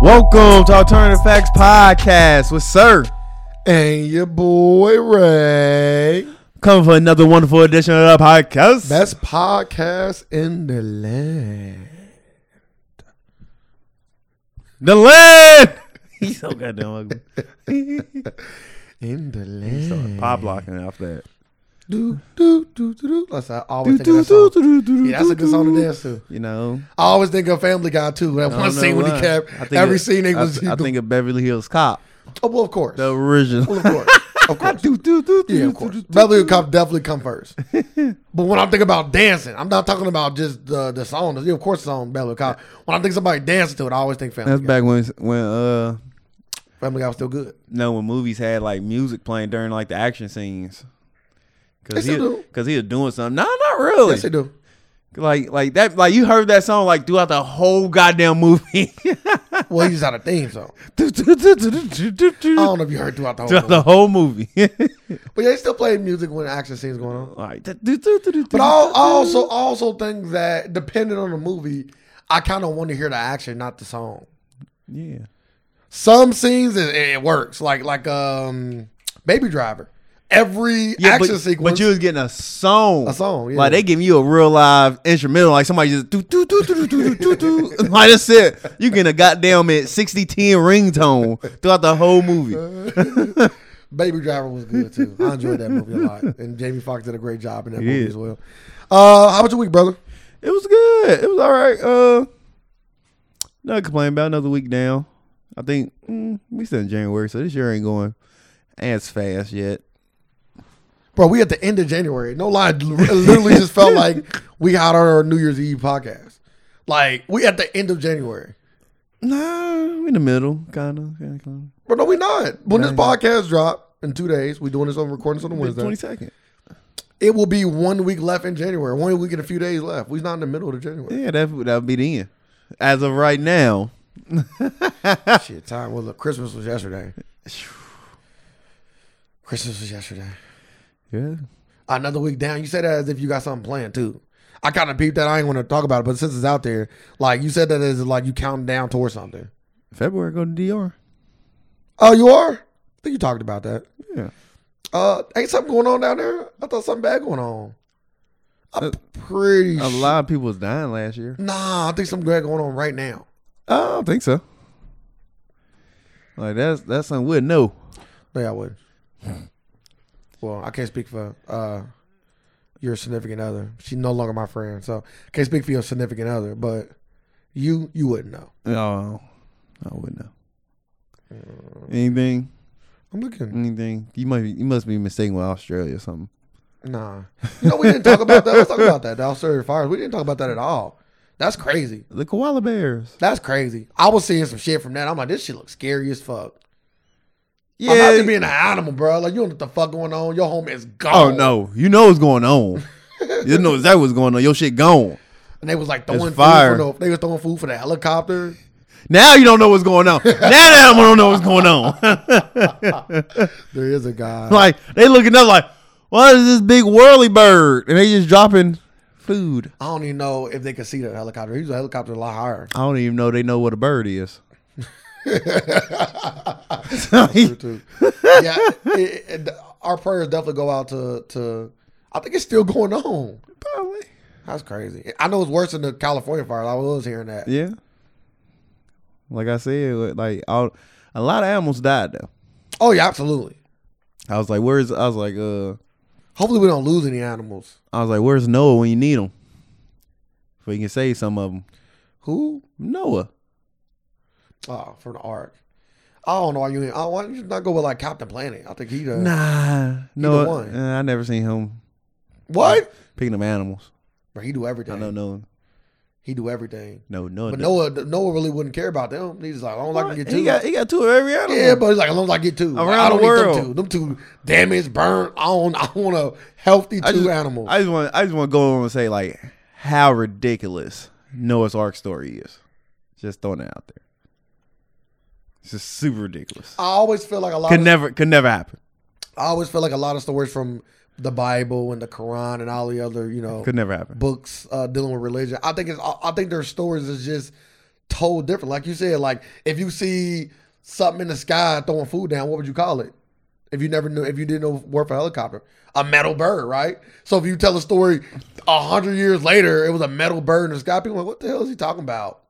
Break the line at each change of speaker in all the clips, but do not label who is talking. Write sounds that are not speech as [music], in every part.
Welcome to Alternative Facts Podcast with Sir.
And your boy Ray.
Coming for another wonderful edition of the podcast.
Best podcast in the land.
the
[laughs]
land. He's so goddamn ugly.
In the
He's so
land.
pop blocking off that.
Do, do, do, do, do. That's, I always think of that song. Yeah, that's a good song to
You
dance to.
know,
I always think of Family Guy too. That
I
one
don't know
scene when he
why.
kept
I think
every
it-
scene they
I
was.
th- I think of Beverly Hills Cop,
oh, well, of course.
the
Well,
original.
of course. Of
[laughs]
course.
Do, do, do, do,
[laughs] Yeah, of
do,
course.
do, do.
Beverly Hills Cop definitely
[laughs]
come first. but when I think about dancing, I'm not talking about just the the song. Yeah, of course, the song Beverly Hills Cop. When I think somebody dancing to it, I always think Family
That's
Guy.
back when when uh
Family Guy was still good.
no when movies had like music playing during like the action scenes. Cause
They
he,
still do.
cause he was doing something. No, not really.
Yes, they do.
Like like that like you heard that song like throughout the whole goddamn [laughs] movie.
Well, he's out of
[laughs]
theme song. I
throughout
don't know if you heard throughout the whole
the whole movie. [laughs]
But yeah, they still play music when action scenes going on.
like,
But I al- I also I also think that depending on the movie, I kind of want to hear the action, not the song.
yeah.
Some scenes it, it works, like like um Baby Driver. Every
Yeah,
action
but,
sequence,
but you was getting a song.
A song, yeah.
Like they giving you a real live instrumental. Like somebody just do do do do do do do do. [laughs] Like that's it. You getting a goddamn it 60 10 ringtone throughout the whole movie.
Baby Driver was good too. I enjoyed that
[laughs]
movie a lot, and Jamie Foxx did a great job in that movie
did.
as well. Uh, how about your week, brother?
It was good. It was all right. Uh, not complaining about another week down. I think mm, we still in January, so this year ain't going as fast yet.
Bro, we at the end of January. No lie, it literally just [laughs] felt like we had our New Year's Eve podcast. Like we at the end of January.
Nah, we in the middle, kind of. Kind
But no, we not. When this podcast drop in two days, we doing this on recording this on
of. Twenty
Wednesday.
second.
It will be one week left in January. One week and a few days left. We's not in the middle of January.
Yeah, that that would be the end. As of right now,
Shit, time. Well, look, Christmas was yesterday. Christmas was yesterday.
yeah.
Another week down. You said that as if you got something planned too. I kind of peeped that. I ain't want to talk about it, but since it's out there, like you said that as like you counting down towards something.
February go to DR.
Oh, you are? I think you talked about that.
Yeah.
Uh, ain't something going on down there? I thought something bad going on. I'm pretty
A
su-
lot of people was dying last year.
Nah, I think something bad going on right now.
I don't think so. Like that's that's something we'd know.
Yeah, I would. [sighs] well, I can't speak for uh your significant other. She's no longer my friend, so can't speak for your significant other. But you, you wouldn't know.
No. I wouldn't know. Anything?
I'm looking.
Anything? You might be, you must be mistaken with Australia or something.
Nah, you know we didn't talk about that. Let's talk about that. The Australia fires. We didn't talk about that at all. That's crazy.
The koala bears.
That's crazy. I was seeing some shit from that. I'm like, this shit looks scary as fuck.
Yeah.
I'm out to being an animal, bro. Like you don't know what the fuck going on. Your home is
oh
gone.
no. You know what's going
[laughs]
on. you know exactly what's going on. Your shit gone.
And they was like throwing food
fire.
for the, they was throwing food for the helicopter.
Now you don't know what's
[laughs]
going on. now that animal don't know what's going on. [laughs]
There is a guy.
like they looking up like, what is this big whirly bird? And they just dropping food.
I don't even know if they could see the helicopter. He was a helicopter a lot
[laughs]
higher.
I don't even know they know what a bird
[laughs]
is. [laughs]
True, too. yeah, it- it- our prayers definitely go out to to. I think it's still going on.
Probably.
That's crazy. I know it's worse than the California fires. I was hearing that.
Yeah. Like I said, like all, a lot of animals died though.
Oh yeah, absolutely.
I was like, "Where's?" I was like, "Uh,"
Hopefully we don't lose any animals.
I was like, "Where's Noah when you need him?" So you can save some of them.
Who?
Noah.
Oh, from the Ark. I don't know why you. ain't- I why don't you not go with like Captain Planet? I think he does.
Nah, Noah.
one.
uh, I never seen him
What?
picking up animals.
Bro, he do everything.
I don't know.
He do everything.
No, Noah.
But
does-
Noah, Noah really wouldn't care about them. He's like, I don't like to get
he
two.
got he got two of every animal.
Yeah, but he's like, as long as I get two,
Around
I don't
the
need
world.
them two. Them two damaged, burnt. I don't. I want a healthy two
I just,
animals.
I just want I just want to go on and say like how ridiculous Noah's Ark story is. Just throwing it out there. It's just super ridiculous.
I always feel like a lot.
Could
Of,
never could never happen.
I always feel like a lot of stories from the Bible and the Quran and all the other you know
Could never happen.
books uh, dealing with religion. I think it's. I I think their stories is just told different. Like you said, like if you see something in the sky throwing food down, what would you call it? If you never knew, if you didn't know word for helicopter, a metal bird, right? So if you tell a story a hundred years later, it was a metal bird in the sky. People are like, what the hell is he talking about?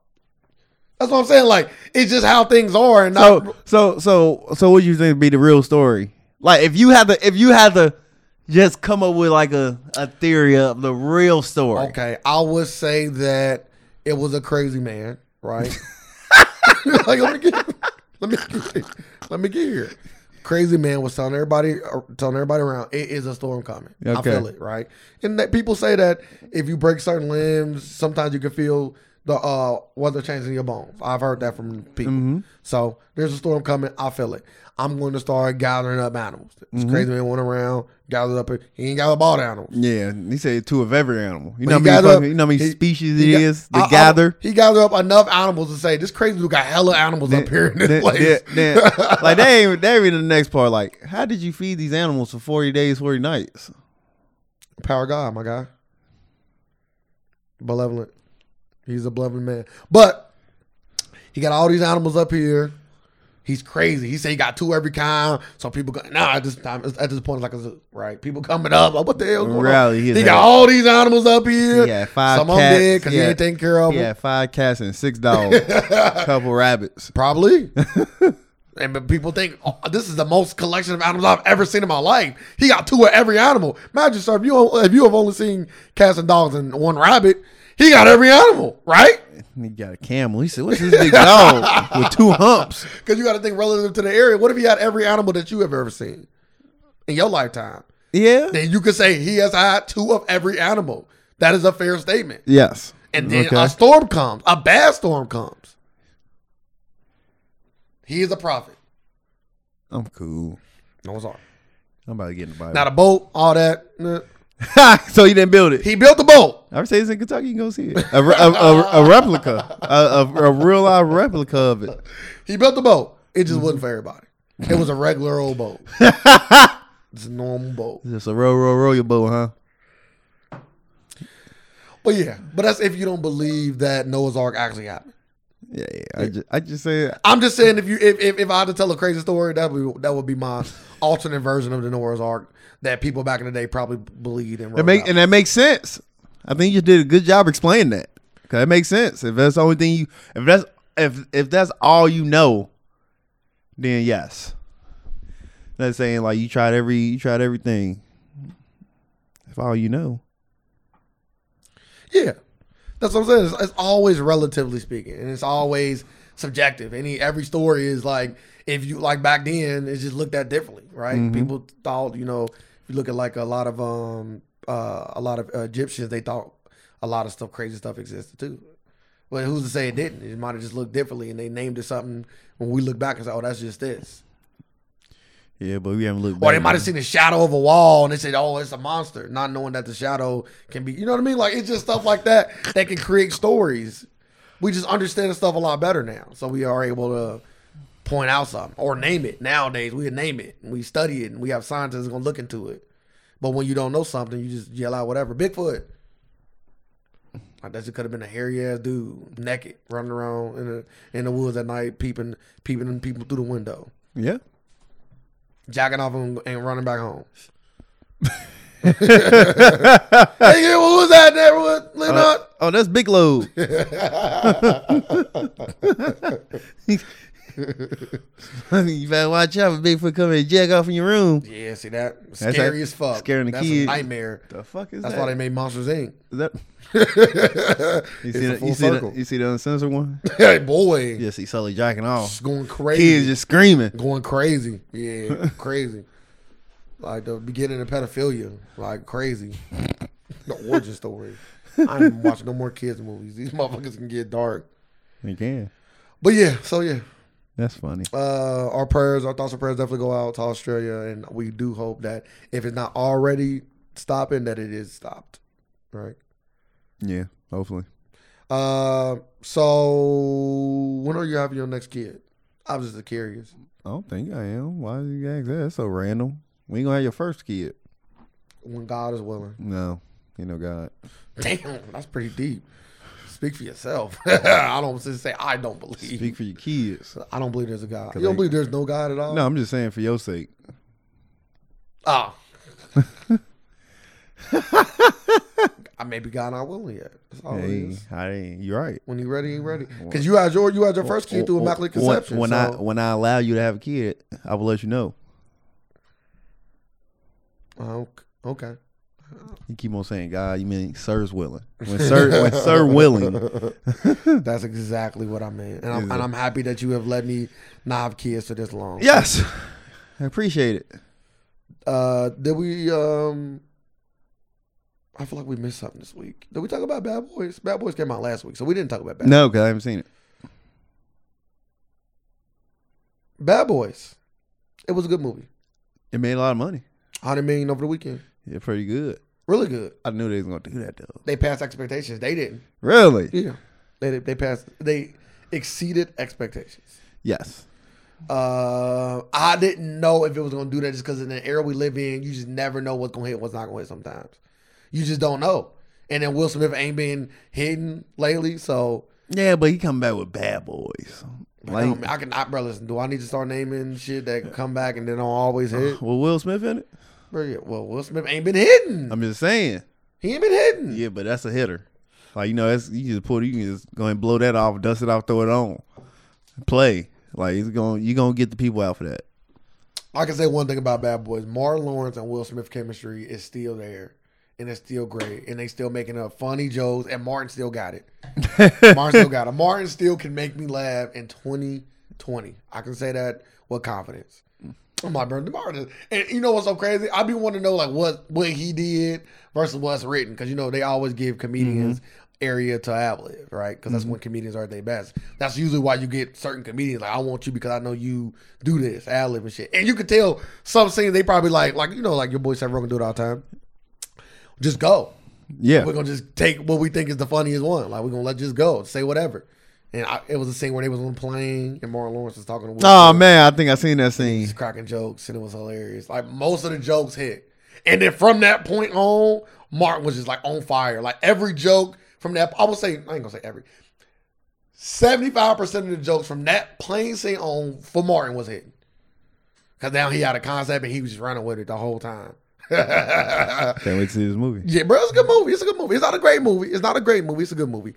That's what I'm saying. Like it's just how things are, and not,
So Oh, so so so what you think would be the real story? Like if you had to if you had to just come up with like a, a theory of the real story.
Okay, I would say that it was a crazy man,
[laughs]
right? [laughs] like, let me get, let me, let me get here. Crazy man was telling everybody, or telling everybody around, it is a storm coming. I
Okay.
feel it, right? And that people say that if you break certain limbs, sometimes you can feel the uh, weather changing your bones. I've heard that from people.
Mm-hmm.
So there's a storm coming. I feel it. I'm going to start gathering up animals. This
Mm-hmm.
crazy man went around, gathered up. He ain't gathered up all the animals.
Yeah, he said two of every animal. You know, how
But he
many
gathered
fucking,
up-
you know how many
he-
species
he
it
got-
is to
I- I- [laughs]
gather.
he gathered up enough animals to say this crazy dude got hella animals up here in this
Then-
place.
then-
[laughs]
then- like that ain't that ain't even the next part. Like, how did you feed these animals for forty days, forty nights?
Power God, my guy. Benevolent. He's a benevolent man. But he got all these animals up here. He's crazy. He said he got two every kind. So people go, nah, at this time, at this point, it's like a zoo, right? People coming up, like, what the hell? Going on?
Really, he
He
is
got
had-
all these animals up here.
He had five
Some of them
cats.
dead because
He
he
had-
ain't taking care of them.
Yeah, five cats and six
[laughs]
dogs, couple rabbits.
Probably. and but people think oh, this is the most collection of animals I've ever seen in my life. He got two of every animal. Imagine, sir, if you if you have only seen cats and dogs and one rabbit, he got every animal, right?
And he got a camel. He said, "What's this big dog with two
[laughs]
humps?"
Because you got to think relative to the area. What if he had every animal that you have ever seen in your lifetime?
Yeah.
Then you could say he has had two of every animal. That is a fair statement.
Yes.
And then
Okay.
a storm comes, a bad storm comes. He is a prophet.
I'm cool.
No, it's all.
I'm about to get in the Bible.
Not a boat, all that. Nah.
[laughs] so you didn't build it.
He built the boat.
I say it's in Kentucky. You can go see it. A, re- a, a, a replica, a, a, a real live replica of it.
He built the boat. It just wasn't for everybody. It was a regular old boat. it's a normal boat.
Just a row, row, row your boat, huh?
But yeah, but that's if you don't believe that Noah's Ark actually happened.
Yeah. yeah. I just, I just say
I'm just saying if you if, if, if I had to tell a crazy story, that would be, that would be my alternate version of the Noah's Ark that people back in the day probably believed and
that
wrote
make
make,
and that makes sense. I think you did a good job explaining that. 'Cause that makes sense. If that's the only thing you, if that's if if that's all you know, then yes. That's saying like you tried every you tried everything. If all you know.
Yeah, that's what I'm saying. It's, it's always relatively speaking, and it's always subjective. Any every story is like if you like back then, it's just looked at differently, right? People thought you know if you look at like a lot of um uh, a lot of Egyptians, they thought a lot of stuff crazy stuff existed too. But who's to say it didn't? It might have just looked differently, and they named it something. When we look back and say, "Oh, that's just this,"
Yeah, but we haven't looked.
or they
back.
might have seen the shadow of a wall and they said, "Oh, it's a monster," not knowing that the shadow can be. You know what I mean? Like it's just stuff like that that can create stories. We just understand the stuff a lot better now, so we are able to point out something or name it. Nowadays, we name it, and we study it, and we have scientists gonna look into it. But when you don't know something, you just yell out whatever. Bigfoot. Like that just could have been a hairy ass dude, naked, running around in the in the woods at night, peeping peeping people through the window
Yeah.
jacking off and, and running back [laughs] home. hey, yeah, what was that, there? What, Leonard?
Uh, oh, that's Big [laughs] Load. you better watch out for Bigfoot coming and jack off in your room.
yeah, see that?
That's
Scary
like
as fuck.
scaring the
That's a
kids.
nightmare.
The fuck is
That's
that?
why they made Monsters Inc.
Is
[laughs]
[laughs] that- you
It's
see,
a
that,
full
you, see
circle.
that, you see the uncensored one?
Hey, boy.
You see Sully jacking off.
It's going crazy.
Kids just screaming.
going crazy.
[laughs]
Yeah, crazy. Like the beginning of pedophilia. Like crazy. the origin story. I'm watching no more kids' movies. These motherfuckers can get dark.
They can.
But yeah, so yeah.
That's funny.
uh, our prayers, our thoughts and prayers definitely go out to Australia, and we do hope that if it's not already stopping, that it is stopped, right?
Yeah, hopefully.
Uh, so when are you having your next kid? I'm just curious.
I don't think I am. Why did you ask that? That's so random. We ain't gonna have your first kid.
When God is willing. [laughs]
No. You know God.
Damn, that's pretty deep. Speak for yourself. [laughs] I don't just say I don't believe.
[laughs] Speak for your kids.
I don't believe there's a God. You
they-
don't believe there's no God at all?
No, I'm just saying for your sake. [laughs]
Ah. I maybe God not willing yet. That's all it
Hey,
is.
I ain't. You're right.
When you ready, you ready.
Mm,
Because you had your you had your first kid through
When-
immaculate
when-
conception.
When
so
I when I allow you to have a kid, I will let you know.
Oh, okay.
You keep on saying, God, you mean sir's willing. When sir
[laughs]
when sir willing, Hmm.
That's exactly what I meant, and I'm, and I'm happy that you have let me not have kids for this long.
yes. I appreciate it.
Uh, did we? Um, I feel like we missed something this week. Did we talk about Bad Boys? Bad Boys came out last week, so we didn't talk about Bad.
No, because I haven't seen it.
Bad Boys. It was a good movie.
It made a lot of money.
Hundred million over the weekend.
Yeah, pretty good.
Really good.
I knew they was gonna do that though.
They passed expectations. They didn't.
Really?
Yeah. They they passed. They exceeded expectations.
Yes.
Uh, I didn't know if it was gonna do that just because in the era we live in, you just never know what's gonna hit, what's not gonna hit. Sometimes you just don't know. And then Will Smith ain't been hidden lately, so
Yeah, but he come back with bad boys.
I,
Like,
don't- I can I, bro. Listen, do I need to start naming shit that come back and then don't always hit?
with Will Smith in it?
Bro, yeah, Well, Will Smith ain't been hidden.
I'm just saying.
He ain't been hidden.
Yeah, but that's a hitter. Like you know, that's you just put you can just go and blow that off, dust it off, throw it on, play. Like it's going, you gonna get the people out for that.
I can say one thing about Bad Boys: Martin Lawrence and Will Smith chemistry is still there, and it's still great, and they still making up funny jokes, and Martin still got it. Martin still got it. Martin still can make me laugh in 2020. I can say that with confidence. I'm like, bro, Martin, and you know what's so crazy? I be wanting to know like what what he did versus what's written, because you know they always give comedians. Area to ad lib, right? Because that's when comedians are at their best. That's usually why you get certain comedians like, "I want you because I know you do this ad lib and shit." And you can tell some scenes they probably like, like you know, like your boy Seth Rogen do it all the time. Just go,
Yeah,
we're gonna just take what we think is the funniest one. Like we're gonna let just go, say whatever. And I, it was a scene where they was on a plane and Martin Lawrence was talking to Will
Oh
Smith.
man, I think I seen that scene.
[laughs] He's cracking jokes and it was hilarious. Like most of the jokes hit, and then from that point on, Martin was just like on fire. Like every joke from that, I would say I ain't gonna say every. Seventy-five percent of the jokes from that plane scene on for Martin was hitting, cause now he had a concept and he was just running with it the whole time.
Can't wait to see this movie.
Yeah, bro, it's a good movie. It's a good movie. It's not a great movie. It's not a great movie. It's a good movie.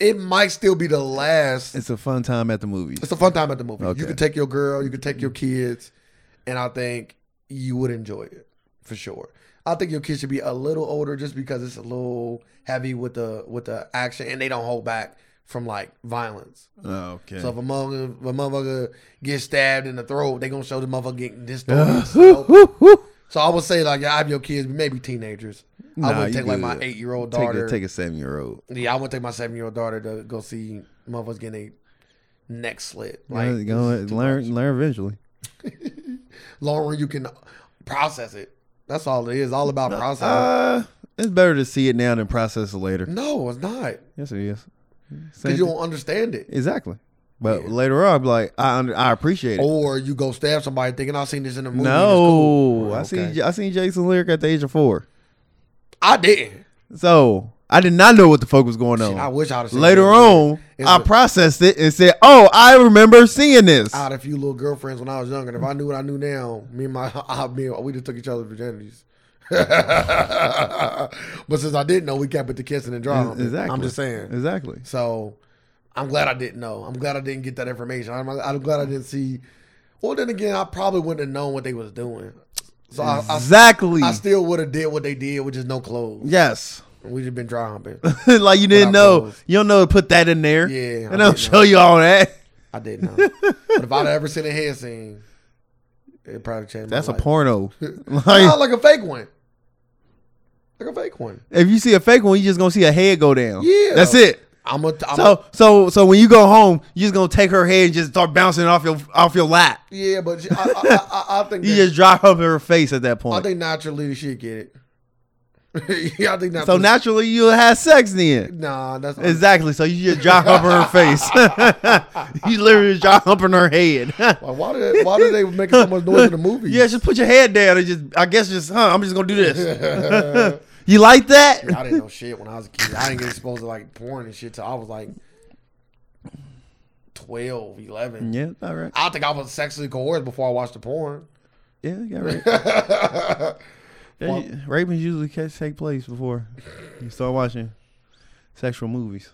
It might still be the last.
It's a fun time at the movies.
It's a fun time at the movie.
Okay. Mm-hmm.
You could take your girl. You could take your kids, and I think you would enjoy it for sure. I think your kids should be a little older just because it's a little heavy with the with the action, and they don't hold back from like violence.
Oh, okay. [laughs]
So if a motherfucker, if a motherfucker gets stabbed in the throat, they gonna show the motherfucker
[laughs]
getting this. so I would say like, yeah, I have your kids, maybe teenagers.
Nah,
I would
you
take like my
good.
eight year old
take
daughter.
a take a seven year old.
Yeah, I want to take my seven year old daughter to go see motherfuckers getting a neck slit. Like,
Go, go
this is
ahead,
too
learn
much.
learn eventually.
Long run, you can process it. That's all it is. All about processing.
Uh, it's better to see it now than process it later.
no, it's not.
Yes, it is. Same
Because Mm-hmm. you
thing.
don't understand it.
Exactly. But later on, I'm like, I under, I appreciate it.
Or you go stab somebody thinking I've seen this in a movie.
no,
It's cool."
I seen
Okay.
J- I seen Jason Lyric at the age of four.
I didn't.
So I did not know what the fuck was going on.
Shit, I wish I'd have seen
Oh. Later
this.
on,
It's
I
a-
processed it and said, "Oh, I remember seeing this."
I had a few little girlfriends when I was younger. And if I knew what I knew now, me and my, [laughs] I, me, and- we just took each other's virginities. [laughs] but since I didn't know, we kept it to kissing and drawing.
exactly.
I'm just saying.
Exactly.
So I'm glad I didn't know. I'm glad I didn't get that information. I'm, I'm glad I didn't see. Well, then again, I probably wouldn't have known what they was doing. So I, I,
Exactly.
I still would have did what they did with just no clothes.
yes. [laughs]
We just been dry humping.
like you didn't
I
know.
was-
You don't know to put that in there.
Yeah, I
And I'll
didn't
show you all
[laughs]
that.
I didn't know. but if I'd ever seen a head scene, it probably changed. my
That's a
life.
porno.
[laughs] No,
[laughs] like
like a fake one. Like a fake one.
if you see a fake one, you just gonna see a head go down.
Yeah.
That's it.
I'm a. I'm a
So so so when you go home, you just gonna take her head and just start bouncing off your off your lap.
yeah, but she- I, I, I, I- I
[laughs]
think
You
that,
just drop up in her face at that
I
point.
think naturally she get it. [laughs] yeah, I think
So
naturally.
naturally you'll have sex then.
Nah, that's
Exactly. So you just dry humping her face. [laughs] you literally just dry humping her head. [laughs]
Why, why did why did they make so much noise in the movie?
yeah, just put your head down and just I guess just huh, I'm just gonna do this. You like that?
I didn't know shit when I was a kid. I didn't get exposed to like porn and shit till I was like 12, 11.
Yeah, all right.
I think I was sexually coerced before I watched the porn.
Yeah, you got right. Yeah, you- Rapings usually ca- take place before you start watching sexual movies.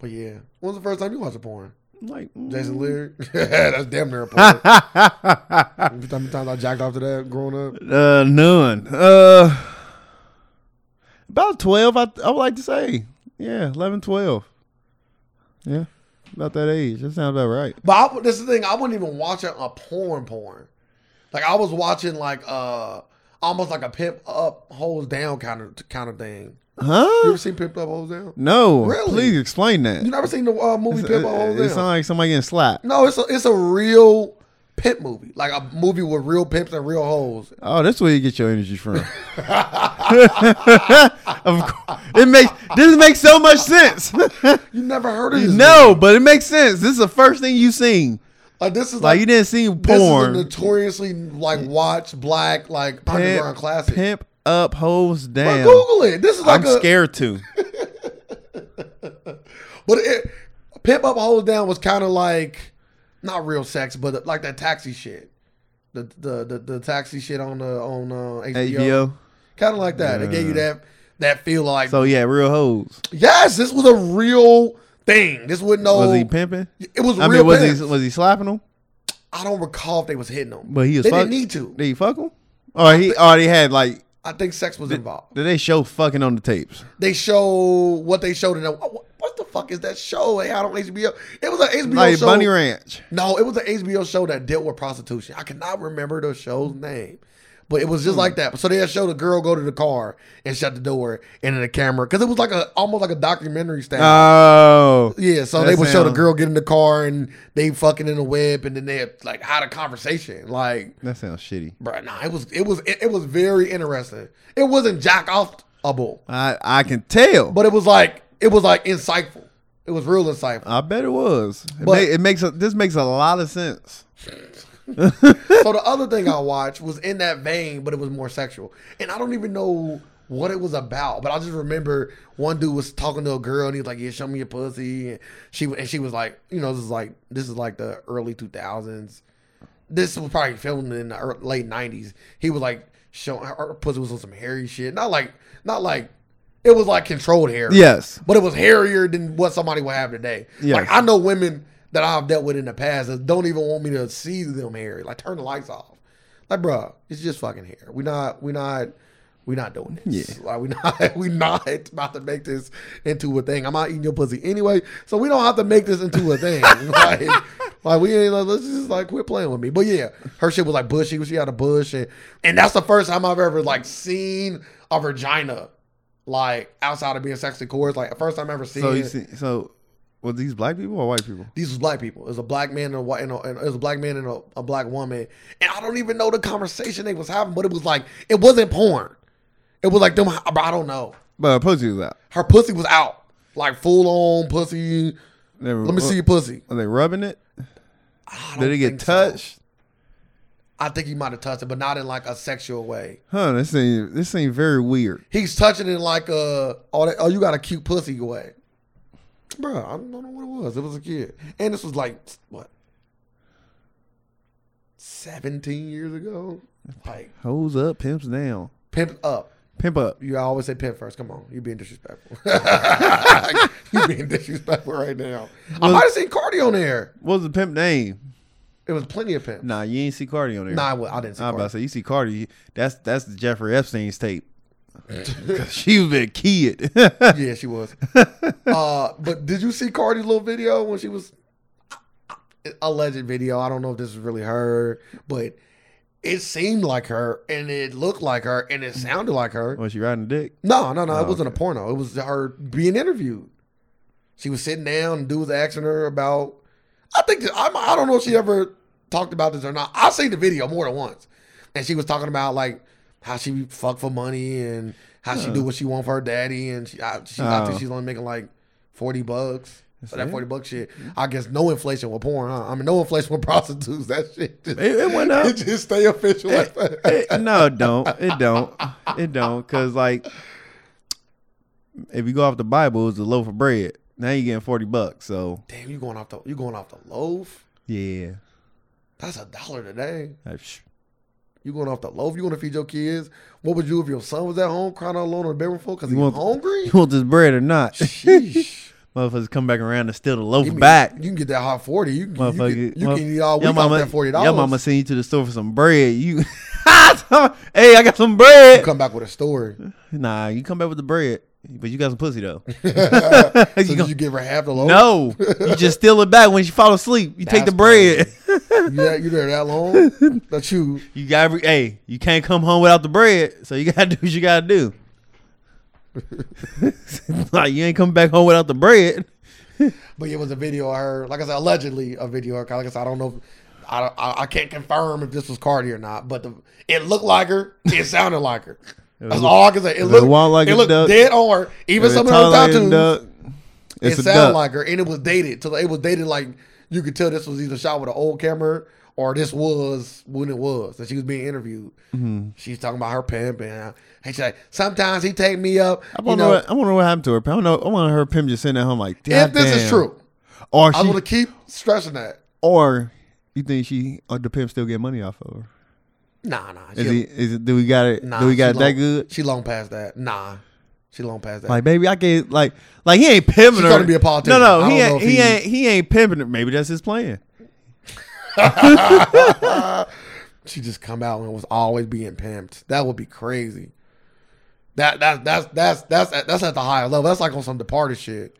But yeah, when was the first time you watched a porn?
I'm like, mm.
Jason Lear? [laughs] That's damn near
[laughs]
a porn. How many times I jacked off to that growing up?
Uh, none. Uh, about 12, I, I would like to say. Yeah, 11, 12. Yeah, about that age. That sounds about right.
But I, this is the thing, I wasn't even watching a porn porn. Like I was watching like uh almost like a pimp up, holes down kind of kind of thing. You
Huh?
ever seen pimp up, holes down?
No.
Really?
Please explain that.
You never seen the uh, movie
It's-
Pimp a
it,
Holes
it
Down?
sounds like somebody getting slapped.
No, it's a it's a real pimp movie, like a movie with real pimps and real hoes.
Oh, that's where you get your energy
[laughs]
from. of course. It makes this makes so much sense.
You never heard of this?
no, but it makes sense. This is the first thing you seen.
movie. like this is
Like
like,
you didn't see
this
porn.
is a notoriously like watch black like underground classic.
pimp up, hoes down.
But Google it. This is like
I'm
a
scared to.
but it, pimp up hoes down was kind of like not real sex, but like that taxi shit. The, the, the, the taxi shit on the on uh, HBO,
HBO.
kind of like that. It gave you that that feel like
So yeah, real hoes.
yes, this was a real thing. This was no
Was he pimping?
It was
I
Oh, real
mean, was
pimps.
he was he slapping them?
I don't recall if they was hitting them,
But he was.
they
fuck-
didn't need to.
Did he fuck them? Or he already had like?
I think sex was involved.
Did they show fucking on the tapes?
They show what they showed in the what, what the fuck is that show? They had on HBO. It was an HBO
Like
show.
Bunny Ranch.
no, it was an HBO show that dealt with prostitution. I cannot remember the show's name, but it
Hmm.
was just like that. So they showed the girl go to the car and shut the door, and then the camera because it was like a almost like a documentary style.
Oh,
Yeah, so
That
they would show the
sound-
girl get in the car and they fucking in the whip, and then they had, like had a conversation. Like,
that sounds shitty.
bro, nah, it was it was it, it was very interesting. It wasn't jack offable,
I I can tell.
but it was like it was like insightful. It was real insightful.
I bet it was. It,
But-
ma- it makes a, this makes a lot of sense.
so the other thing I watched was in that vein, but it was more sexual, and I don't even know what it was about. But I just remember one dude was talking to a girl, and he was like, "Yeah, show me your pussy." And she and she was like, "You know, this is like this is like the early two thousands. This was probably filmed in the ear- late nineties. He was like showing her, her pussy was on some hairy shit, not like not like." It was like controlled hair.
Yes.
But it was hairier than what somebody would have today.
Yes.
Like I know women that I've dealt with in the past that don't even want me to see them hairy. Like turn the lights off. Like, bruh, it's just fucking hair. We not we not we not doing this. Like we [laughs] not we not about to make this into a thing. I'm not eating your pussy anyway, so we don't have to make this into a thing. [laughs] like, like we ain't like, let's just like quit playing with me. But yeah, her shit was like bushy. She had a bush, and and that's the first time I've ever like seen a vagina like outside of being sexually coerced. Like the first time I ever seen.
So
it.
you see, so were these black people or white people?
These was black people. It was a black man and a white, and, a, and it was a black man and a, a black woman. And I don't even know the conversation they was having, but it was like it wasn't porn. It was like them. I don't know.
But pussy was out.
Her pussy was out, like full on pussy.
They were-
Let me see your pussy.
Are they rubbing it?
I
Uh, Did
don't
it get
think so.
touched?
I think he might have touched it, but not in like a sexual way.
Huh? This seems this seems very weird.
He's touching it like a oh, that, oh you got a cute pussy way. Bro, I don't know what it was. It was a kid, and this was like what seventeen years ago. Like
Hose up, pimps down,
pimp up.
pimp up.
You always say pimp first. Come on, you being disrespectful. [laughs] you being disrespectful right now. I might have seen Cardi on there.
What was the pimp name?
It was plenty of pimp.
Nah, you ain't see Cardi on there.
Nah, I wa- I didn't see
I'm about to
Cardi.
say you see Cardi. That's that's the Jeffrey Epstein's
[laughs]
tape. [laughs] 'Cause she was a kid. [laughs]
Yeah, she was. uh, but did you see Cardi's little video when she was alleged video? I don't know if this is really her, but it seemed like her, and it looked like her, and it sounded like her.
was she riding a dick?
No, no, no.
Oh,
it wasn't a porno. It was her being interviewed. She was sitting down, and dude was asking her about. I think that, I'm, I don't know if she ever talked about this or not. I seen the video more than once, and she was talking about like how she fuck for money and how she do what she want for her daddy, and she, I, she's, I think
Oh.
she's only making like forty bucks. So that forty buck shit, I guess no inflation with porn, huh? I mean, no inflation with [laughs] prostitutes. That shit just,
It- it went up.
[laughs] It just stay official. [laughs] like that.
It- Eh, no, it don't. It don't. It don't. Cause like, if you go off the Bible, it's a loaf of bread. Now you're getting forty bucks. So
Damn, you going off the you going off the loaf?
[laughs] yeah,
That's a dollar today.
That's-
You going off the loaf? You going to feed your kids? What would you if your son was at home crying all alone in the bedroom full because
You
he's
want-
hungry?
you [laughs] want this bread or
[laughs]
not?
Sheesh.
Motherfuckers come back around and steal the loaf
You mean-
back.
You can get that hot forty. You can, you
Motherfucker,
can, you
mother-
can eat all
your
week off that forty dollars.
Your mama send you to the store for some bread. You, [laughs] hey, I got some bread.
come back with a story.
Nah, you come back with the bread, but you got some pussy
[laughs]
though. [laughs]
So
You
did
gon-
you give her half the loaf?
[laughs] no, you just steal it back when she fall asleep. You take
That's
the bread.
You there, you there that long? That you
[laughs] You got every hey, you can't come home without the bread, so you gotta [laughs] do what you gotta do. like you ain't coming back home without the bread.
But it was a video of her, like I said, allegedly a video. Of her. Like I said, I don't know. If, I, I I can't confirm if this was Cardi or not, but the, it looked like her.
[laughs]
It sounded like her. That's
was-
all I can say. It
it
looked
walked like
like it
a
looked
duck,
dead on her. Even some of
Tyler
her
Hayden
tattoos,
duck.
it
It's a
sounded
duck.
like her, and it was dated. So it was dated like you could tell this was either shot with an old camera or this was when it was that she was being interviewed.
Mm-hmm.
She's talking about her pimp, and hey, she's like, sometimes he take me up.
I
You
wonder,
know,
what, I wonder what happened to her. I don't know. I want her pimp just sitting at home like, damn.
if this is true,
or
I'm gonna
she,
keep stressing that.
or you think she, or the pimp still get money off of her?
Nah, nah.
Is
she'll-
he? Is it? Do we got it?
Nah,
do we got
she
it that
long-
good?
She long past that. Nah, she long past that.
Like, baby, I gave like, like he ain't pimping
She's
her.
trying to be a politician.
No, no,
I
he
don't know
ain't,
if
he,
he-
ain't, he ain't pimping her. Maybe that's his plan.
she just come out and was always being pimped. That would be crazy. That that that's that's that's at, that's at the higher level. That's like on some departed shit.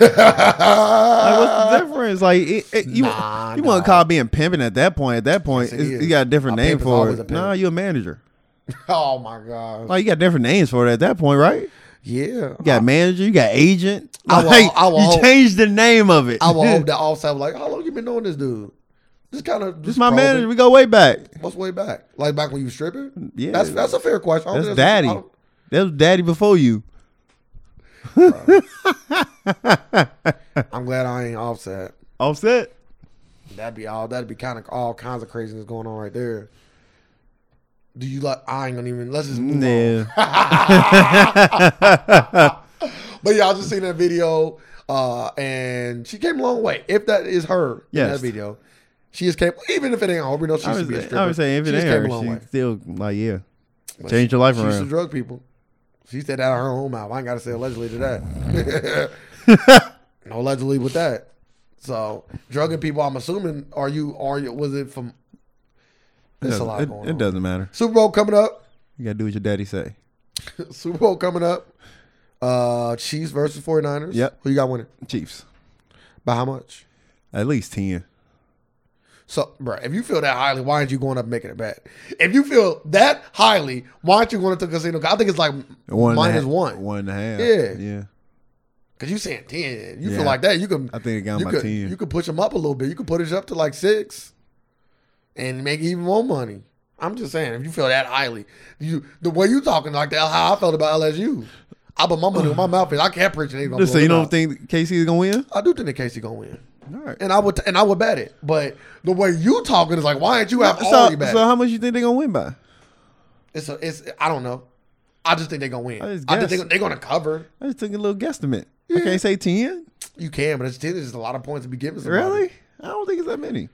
Like, what's the difference? Like, it, it- you,
Uh, Nah,
you want
nah.
to call being pimping at that point? At that point,
Yes, it
it's-
is.
you got a different
A
name
pimp is
for
always a
it.
pimp.
Nah, you're a manager.
[laughs] Oh my god.
Like, you got different names for it at that point, right?
yeah.
You got manager, you got agent.
I will-
Like,
I will
you
hope-
changed the name of it.
I would hope that offside was like, how long you been doing this, dude? Just kind
[laughs]
of
This my manager. We go way back.
What's way back? Like back when you were stripping?
Yeah.
That's that's a fair question. I don't
That's
think a- I
daddy.
don't-
That was daddy before you.
[laughs] I'm glad I ain't offset.
Offset.
That'd be all. That'd be kind of all kinds of craziness going on right there. Do you like? I ain't gonna even. Let's just move on.
Yeah.
But yeah, I just seen that video, uh, and she came a long way. If that is her in
Yes.
that video, she just came. Even if it ain't her, we know she
I
used to
was,
be a
saying-
stripper.
I was saying if
she
it ain't
just
her,
came a long way.
she still like yeah.
But
Changed
she-
your life
She used to
around.
drug people. She said that out of her own mouth. I ain't got to say allegedly to that.
[laughs]
no allegedly with that. So drugging people, I'm assuming. Are you? Are you? Was it from? It's a
doesn't-
lot
it,
going
it
on.
doesn't matter.
Super Bowl coming up.
You gotta do what your daddy say.
Super Bowl coming up. Uh Chiefs versus 49ers.
Yep.
Who you got winning?
Chiefs.
By how much?
At least ten.
So, bro, if you feel that highly, why aren't you going up and making it back? If you feel that highly, why aren't you going up to the casino? I think it's like
One and a half-
minus one.
One and a half.
Yeah.
Yeah.
Because you saying 10. You
Yeah.
feel like that. You can
I think it got
you
my
could,
ten.
you could push them up a little bit. You could push it up to like six and make even more money. I'm just saying, if you feel that highly, you the way you talking like that, how I felt about LSU. I put
[sighs]
my money in my mouth and I can't preach it. ain't gonna
Just so
blow
you
it
don't
out.
think KC is gonna win?
I do think that Casey gonna win,
All right.
and I would and I would bet it. But the way you talking is like, why ain't you have
So,
already bet?
so how much you think they gonna win by?
it? It's a, it's I don't know. I just think they're gonna win.
I
I,
just
think
guess.
they're they gonna cover.
I just took a little guesstimate. I can't say ten.
You can, but it's still just a lot of points to be given. Somebody.
Really? I don't think it's that many.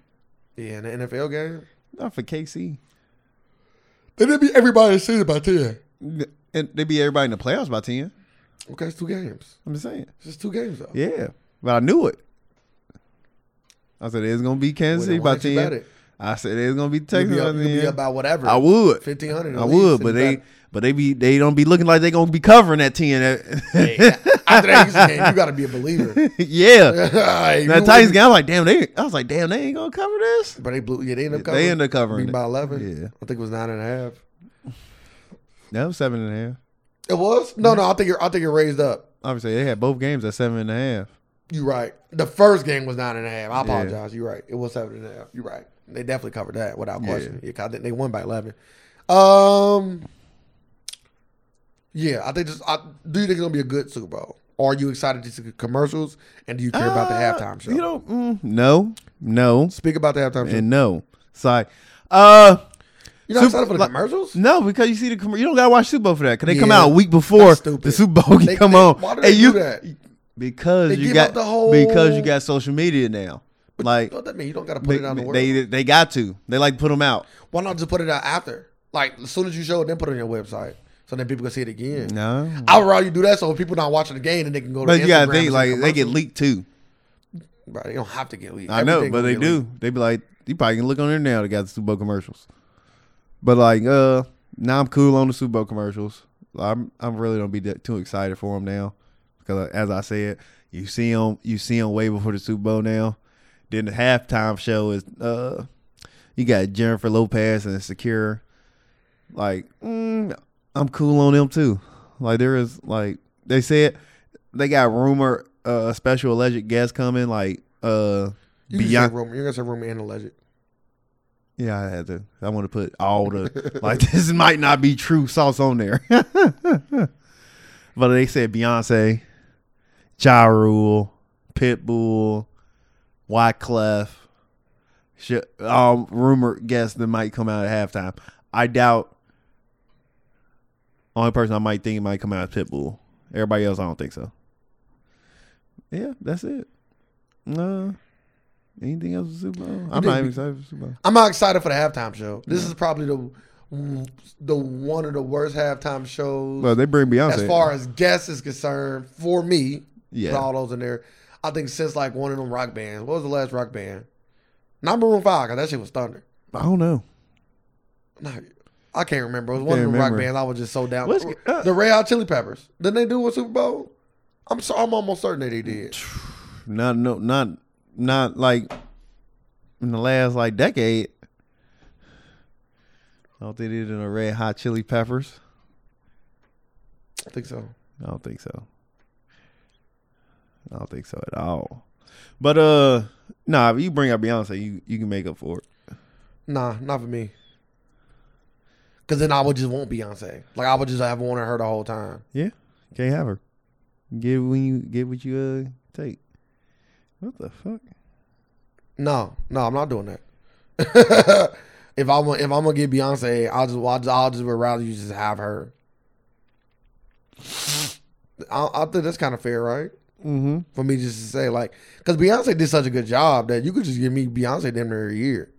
Yeah, in the NFL game,
Not for KC.
they didn't be everybody seated by ten.
And they beat everybody in the playoffs by ten.
Okay, it's two games.
I'm just saying.
It's just two games though.
Yeah, but I knew it. I said it's gonna be Kansas City
Well, then why
by
don't you bet
ten.
it?
I said it's gonna be
You
Texas
be,
by
up, you be
ten.
about whatever.
I would,
fifteen hundred.
I would, but they, but they be, they don't be looking like they gonna be covering that [laughs] ten.
after that Houston game, you got to be
[laughs]
a believer.
yeah,
Hey,
that
you-
Titans game. I was like, damn, they. I was like, damn, they ain't gonna cover this.
But they blew. Yeah, they end up covering.
They end up covering
Beat
it.
by eleven.
Yeah.
I think it was nine and a half.
That was seven and a half.
It was no, no. I think you're. I think you're raised up.
Obviously, they had both games at seven and a half.
You're right. The first game was nine and a half. I apologize. You're right. It was seven and a half. You're right. They definitely covered that without question. Yeah, 'cause I think they won by eleven. Um. Yeah, I think just. I, do you think it's gonna be a good Super Bowl? Are you excited to see the commercials? And do you care about the halftime show?
Uh, You know, mm, no, no,
Speak about the halftime show.
and no. It's like, uh,
You're not
Super-
excited for the
like-
commercials?
no, because you see the comm- you don't gotta watch Super Bowl for that because they come
Yeah,
out a week before
that's stupid.
the Super Bowl can
They-
come
they-
on.
why do
and
they
you
do that?
because
They
you
give
got
up the whole-
because you got social media now. Like
What that mean? You don't got to put
they,
it on the world.
they they got to they like put them out.
Why not just put it out after? Like as soon as you show it, then put it on your website, so then people can see it again.
No,
I would rather you do that so if people not watching the game, then they can go. to
but you gotta
Instagram
think
and see
like
the
they get
commercials.
leaked too.
Bro, they don't have to get leaked.
I know,
Everything
but
gonna
they
get
do.
leaked.
They be like, you probably can look on there now. They got the Super Bowl commercials. But like, uh, now I'm cool on the Super Bowl commercials. I'm I'm really don't be that- too excited for them now because as I said, you see them you see them way before the Super Bowl now. Then the halftime show is uh, you got Jennifer Lopez and Secure. Like, mm, I'm cool on them too. Like there is like they said they got rumor uh, a special alleged guest coming like uh
You can say
Beyonce.
room. You're gonna say room and a legend.
Yeah, I had to. I want to put all the like [laughs] this might not be true sauce on there. [laughs] but they said Beyonce, Ja Rule, Pitbull, Wyclef, sh- um, rumored guests that might come out at halftime. I doubt. Only person I might think might come out is Pitbull. Everybody else, I don't think so. Yeah, that's it. No. Anything else with Super Bowl? I'm
did
not even
be-
excited for Super Bowl.
I'm not excited for the halftime show. This is probably the the one of the worst halftime shows
Well, they bring Beyonce.
as far as guests is concerned for me.
Yeah.
put all those in there. I think since like one of them rock bands. What was the last rock band? Not Maroon Five. 'cause that shit was Thunder.
I don't know.
No, I can't remember. It was one
Can't
of the rock
remember.
bands. I was just so down.
What's- uh,
the Red Hot Chili Peppers. Didn't they do a Super Bowl? I'm so, I'm almost certain that they did.
[sighs] Not no not not like in the last like decade. I don't think they did in the red hot chili peppers.
I think so.
I don't think so. I don't think so at all. But uh nah, if you bring up Beyonce, you, you can make up for it.
Nah, not for me. Cause then I would just want Beyonce. Like I would just have wanted her the whole time.
Yeah. Can't have her. Get when you get what you uh take. What the fuck?
No, no, I'm not doing that. [laughs] if I'm if I'm gonna get Beyonce, I'll just I'll just, I'll just would rather you just have her. I, I think that's kind of fair, right?
Mm-hmm.
For me just to say like, because Beyonce did such a good job that you could just give me Beyonce damn near a year.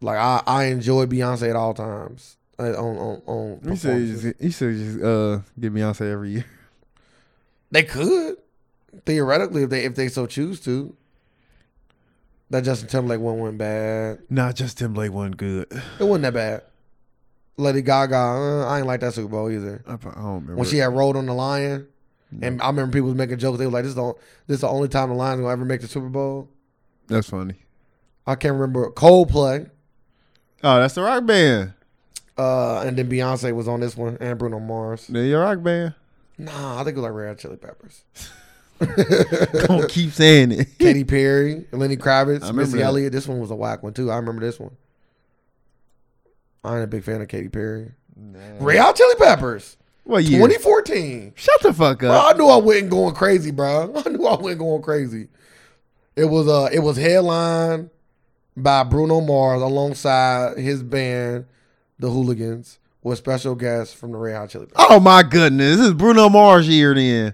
Like I I enjoy Beyonce at all times. uh, On on on.
You said you
performances.
just, you said you just uh get Beyonce every year.
They could theoretically if they if they so choose to. That Justin Timberlake one went bad.
Nah, just Timberlake wasn't good. [sighs]
It wasn't that bad. Lady Gaga, uh, I ain't like that Super Bowl either.
I, pro- I don't remember.
When she had rolled on the lion, and I remember people was making jokes. They was like, "This is the this is the only time the Lions gonna ever make the Super Bowl."
That's funny.
I can't remember Coldplay,
Oh, that's the rock band.
uh, and then Beyonce was on this one, and Bruno Mars.
They're your rock
[laughs]
band.
Nah, I think it was like Red Hot Chili Peppers,
Don't keep saying it.
[laughs] Katy Perry, Lenny Kravitz,
remember
Missy
that.
Elliott. This one was a whack one too. I remember this one. I ain't a big fan of Katy Perry. Red Hot Chili Peppers,
What year?
2014.
Shut the fuck
Bro,
up.
I knew I wasn't going crazy, bro. [laughs] I knew I wasn't going crazy. It was uh it was headlined by Bruno Mars alongside his band, the Hooligans, with special guests from the Red Hot Chili Peppers.
Oh my goodness, this is Bruno Mars year then.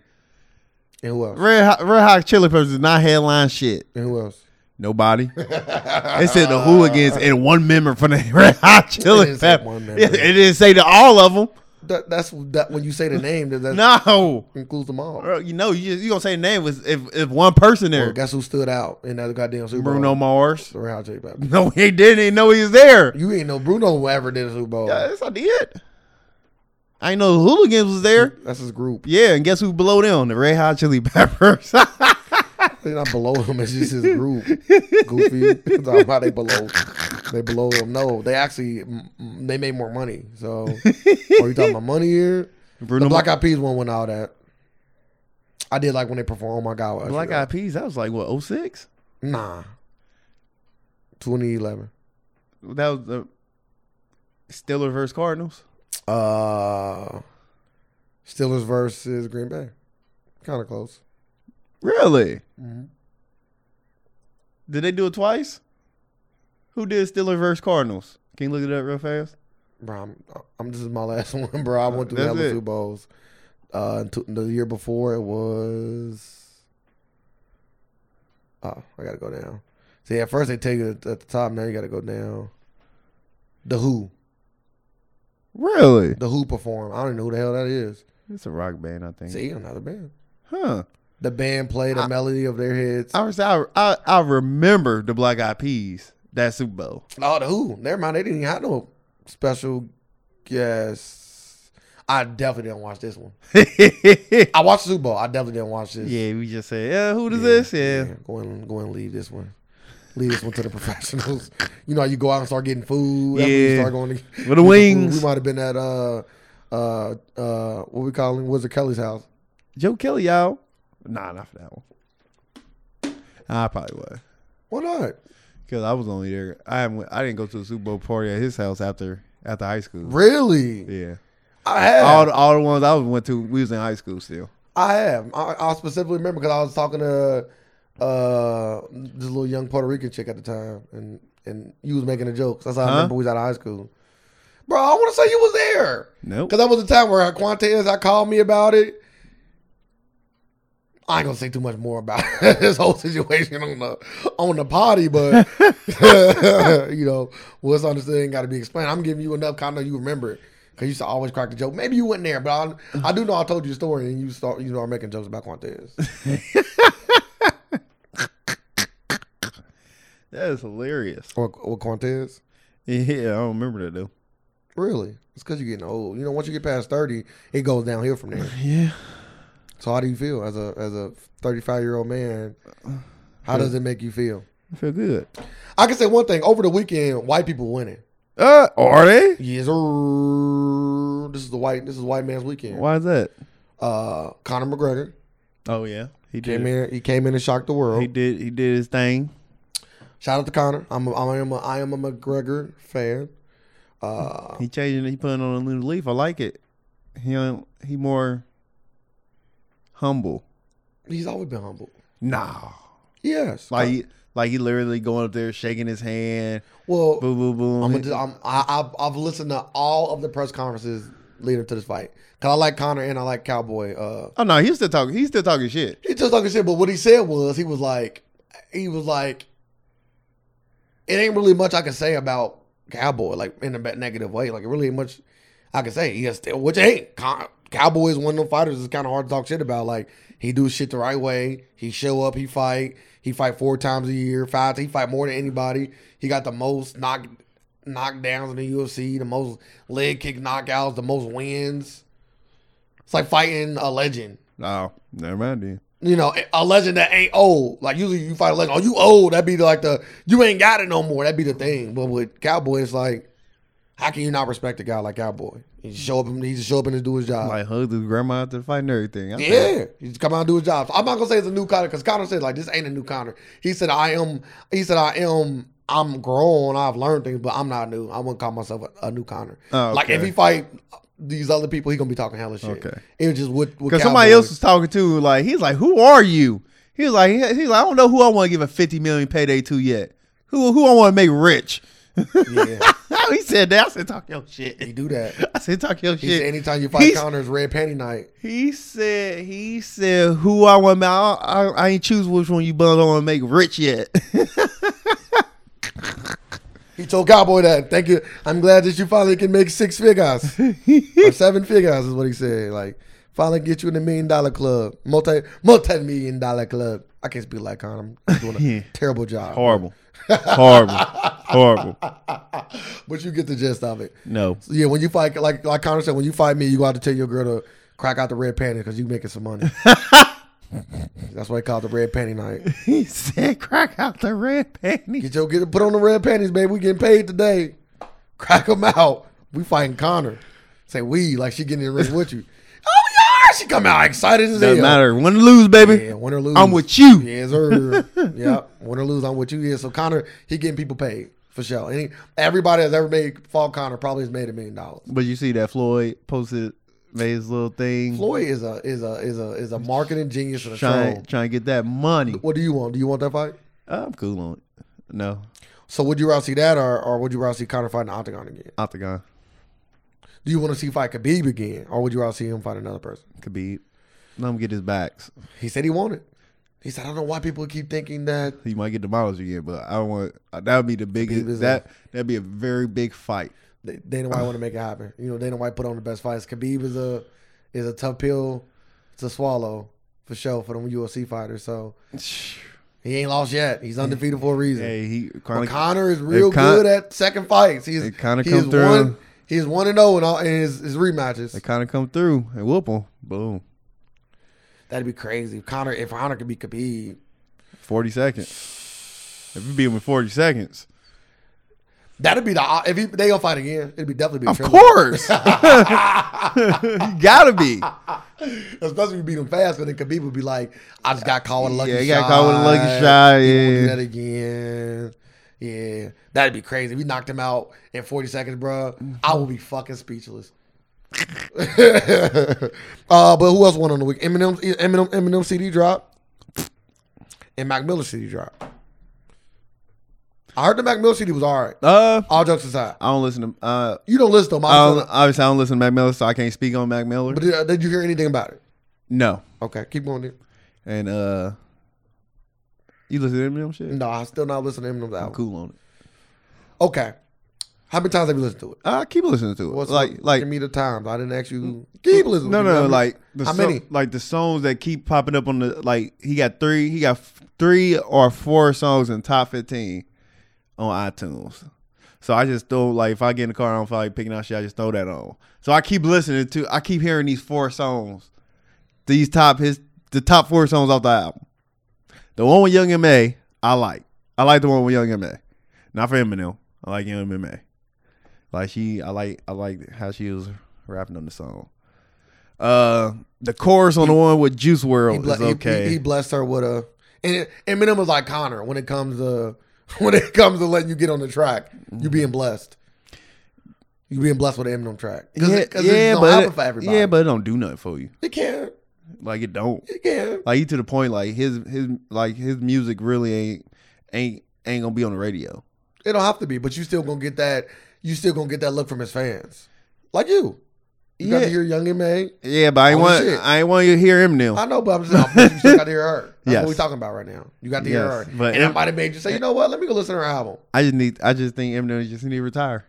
And who else?
Red Hot, Red Hot Chili Peppers is not headline shit.
And who else?
Nobody. they said the hooligans and one member from the [laughs] Red Hot
It
Chili
didn't say
Peppers.
one member.
It didn't say to all of them.
That, that's that when you say the name, that, that
[laughs] No,
includes them all.
Bro, you know you you gonna say the name was if if one person
Well,
there.
guess who stood out in that goddamn Super Bowl?
Bruno Mars. [laughs]
The Red Hot Chili Peppers.
No, he didn't even know he was there.
You ain't know Bruno ever did a Super Bowl.
Yes, I did. I didn't know the hooligans was there.
That's his group.
Yeah, and guess who below them? The Red Hot Chili Peppers. [laughs]
They're not below him. It's just his group. Goofy. Talking about they below. They below him. No, they actually mm, mm, they made more money.
[laughs]
So are you talking about money here? The
Bruno
Black Eyed Peas one went all that. I did like when they performed. Oh my god,
Ma-
Usher,
Black
though.
Eyed Peas. That was like what 06?
Nah. 2011.
That was the Steelers versus Cardinals.
Uh, Steelers versus Green Bay. Kind of close.
Really?
Mm-hmm.
Did they do it twice? Who did Steelers versus Cardinals? Can you look it up real fast?
Bro, I'm, I'm this is my [laughs] last one, bro. I went through
That's
hella
it.
Super Bowls. Uh, t- the year before it was. Oh, I gotta go down. See, at first they tell you at the top. Now you gotta go down. The Who,
Really?
the Who perform. I don't even know who the hell that is.
It's a rock band, I think.
See, another band.
Huh.
The band played a melody of their hits.
I, was- I, I I remember the Black Eyed Peas, that Super Bowl. [laughs]
oh, the Who. Never mind. They didn't even have no special guests. I definitely didn't watch this one.
yeah,
I watched Super Bowl. I definitely didn't watch this.
we just said, yeah, who does this? Yeah.
Go and go and leave this one. Leave this one to the [laughs] professionals. You know, how you go out and start getting food. That's when you
Yeah.
start going to,
With the
We
wings.
might have been at uh uh uh what we calling was it Kelly's house?
Joe Kelly, y'all. Nah, not for that one. I probably would.
Why not?
Because I was only there. I haven't, went- I didn't go to the Super Bowl party at his house after after high school.
Really?
Yeah.
I have.
All the, all the ones I was went to, we was in high school still.
I have. I, I specifically remember because I was talking to uh this little young Puerto Rican chick at the time, and and you was making a joke. That's how I
Huh?
remember we was out of high school. Bro, I want to say you was there.
Nope.
Because that was the time where Quantez, I called me about it. I ain't gonna say too much more about [laughs] this whole situation on the on the potty, but [laughs] you know what's understood ain't got to be explained. I'm giving you enough kind of you remember it because you used to always crack the joke. Maybe you wasn't there, but I, I do know I told you the story and you start you start making jokes about Quantez.
That is hilarious.
or, or Quantez.
Yeah, I don't remember that though.
Really, it's because you're getting old. You know, once you get past thirty, it goes downhill from there.
Yeah.
So how do you feel as a as a 35 year old man? How does it make you feel?
I feel good.
I can say one thing. Over the weekend, white people winning.
Uh, are they?
Yes, sir. This is the white. This is white man's weekend.
Why is that?
Uh, Conor McGregor
Oh yeah, he
came
did.
in. He came in and shocked the world.
He did. He did his thing.
Shout out to Conor. I'm. A, I am. A, I am a McGregor fan. Uh,
He changing. He putting on a new leaf. I like it. He don't- he more humble.
he's always been humble.
Nah,
Yes.
like he, like he literally going up there shaking his hand.
well,
Boo boo boom.
I'm. Just, I'm I, I've, I've listened to all of the press conferences leading up to this fight. Cause I like Conor and I like Cowboy. Uh,
oh no, he's still talking. He's still talking shit.
He just talking shit, but what he said was he was like, he was like, it ain't really much I can say about Cowboy, like in a ba- negative way. Like it really ain't much I can say. He is still, which ain't Con- Cowboy is one of them fighters. It's kind of hard to talk shit about. Like he do shit the right way. He show up. He fight. He fight four times a year. Five. He fight more than anybody. He got the most knock knockdowns in the UFC. The most leg kick knockouts. The most wins. It's like fighting a legend
Oh, never mind then.
you know, a legend that ain't old. Like usually you fight a legend, oh you old, that'd be like the you ain't got it no more. That'd be the thing. But with Cowboy, it's like, how can you not respect a guy like Cowboy? He just show up he needs to show up and just do his job.
Like hugged his grandma after the fight and everything. I think-
Uh, yeah. He just come out and do his job. So I'm not gonna say it's a new Connor because Connor said like this ain't a new Connor. He said I am he said I am I'm grown, I've learned things, but I'm not new. I wouldn't call myself a, a new Connor.
Oh,
Like if
okay.
he fight these other people, he gonna be talking hella shit.
Okay.
It was just with
Because somebody else was talking to, like, he's like, "Who are you?" He was like, he, he was like, "I don't know who I want to give a fifty million payday to yet. Who who I want to make rich."
Yeah,
[laughs] he said that. I said, "Talk your
he
shit."
do that.
I said, "Talk your
He
shit."
said anytime you fight
He's-
Connor, it's red panty night.
He said, "He said who I want. I, I, I ain't choose which one you bundle want to make rich yet." [laughs]
He told Cowboy that. Thank you. I'm glad that you finally can make
[laughs]
six figures. or seven figures is what he said. Like, finally get you in the million dollar club. Multi multi million dollar club. I can't speak like Connor. I'm doing a
[laughs] Yeah.
terrible job.
Horrible, horrible, horrible.
But you get the gist of it.
No,
So, yeah, when you fight like like Connor said, when you fight me, you got to tell your girl to crack out the red panty because you making
[laughs]
some money. That's why they call it the red panty night.
[laughs] he said, "Crack out the red panties."
Get your get put on the red panties, baby. We getting paid today. Crack them out. We fighting Connor. Say we like she getting in the ring with you. [laughs] Oh yeah, she come out excited as
Doesn't
hell.
matter. Win or lose, baby.
Yeah, win or lose,
I'm with you. [laughs]
Yes, sir. yeah, win or lose, I'm with you. Yeah, so Connor, he getting people paid for sure. And he, everybody that's ever made fall Connor probably has made a million dollars.
But you see that Floyd posted made his little thing,
Floyd is a is a is a is a marketing genius and a
trying
troll.
trying to get that money.
What do you want? Do you want that fight?
I'm cool on it. No,
So would you rather see that, or, or would you rather see Conor fight in the Octagon again?
Octagon,
Do you want to see fight Khabib again, or would you rather see him fight another person?
Khabib. Let him get his backs.
He said he wanted. He said, I don't know why people keep thinking that.
He might get demolished again, but I don't want. That would be the
Khabib is
biggest. That that'd be a very big
[sighs]
fight. [sighs]
that Dana White want to make it happen. You know, Dana White put on the best fights. Khabib is a is a tough pill to swallow for sure for them UFC fighters. So he ain't lost yet. He's undefeated for a reason.
Hey, he
But
kind of
Connor is real
if Con-
good at second fights. He's
if Conor
he
come
is
through-
one. He is one and zero in all in his, his rematches.
kind of come through and whoop him. Boom,
That'd be crazy. If Connor, if Connor could be Khabib,
forty seconds. If you beat him in forty seconds,
that'd be the if he, they gonna fight again. It'd be definitely be a
of
trilogy.
[laughs] course, you gotta be.
Especially if you beat him fast, because then Khabib would be like, "I just got caught with a lucky
yeah,
shot.
he got caught with a lucky shot.
We'll do
Yeah,
that again. Yeah, that'd be crazy. If we knocked him out in 40 seconds, bro, I would be fucking speechless. [laughs] uh, but who else won on the week? Eminem, Eminem, Eminem CD drop, and Mac Miller CD drop. I heard the Mac Miller CD was all right.
uh,
All jokes aside,
I don't listen to. Uh,
you don't listen to him.
I
I
don't,
just-
obviously, I don't listen to Mac Miller, so I can't speak on Mac Miller.
but did, uh, did you hear anything about it?
no,
Okay, keep going. Then.
and uh, you listen to Eminem shit.
No, I still not listening to Eminem's album.
I'm cool on it.
Okay, how many times have you listened to it?
I keep listening to it.
What's
like, like
give me the times. I didn't ask you. Keep listening.
no,
You
no,
remember?
like the
How
so-
many?
like the songs that keep popping up on the like he got three, he got f- three or four songs in top fifteen on iTunes. So I just throw like if I get in the car, I don't feel like picking out shit. I just throw that on. So I keep listening to, I keep hearing these four songs, these top his the top four songs off the album. The one with Young Ma, I like. I like the one with Young Ma. Not for Eminem. I like Young Ma. Like she, I like, I like how she was rapping on the song. Uh, the chorus on the one with Juice
He,
World
ble-
is
he-
oh, okay.
he, he blessed her with a. And it- Eminem was like Connor when it comes to [laughs] when it comes to letting you get on the track. You being blessed. You being blessed with an Eminem track. Cause it, 'cause it don't happen
it-
for everybody.
yeah, but it don't do nothing for you.
it can't.
Like it don't.
It can't.
Like you to the point. Like his his like his music really ain't ain't ain't gonna be on the radio.
It don't have to be. But you still gonna get that. You still gonna get that look from his fans, like you. You got
Yeah.
to hear Young and May.
Yeah, but I ain't
Oh,
want
shit.
I ain't want you to hear Eminem.
I know, but I'm just no, but you still got to
[laughs]
hear her. That's
Yes.
what we're talking about right now. You got to hear
Yes,
her,
but-
and that might have made you say, you know what? Let me go listen to her album.
I just need. I just think Eminem just need to retire.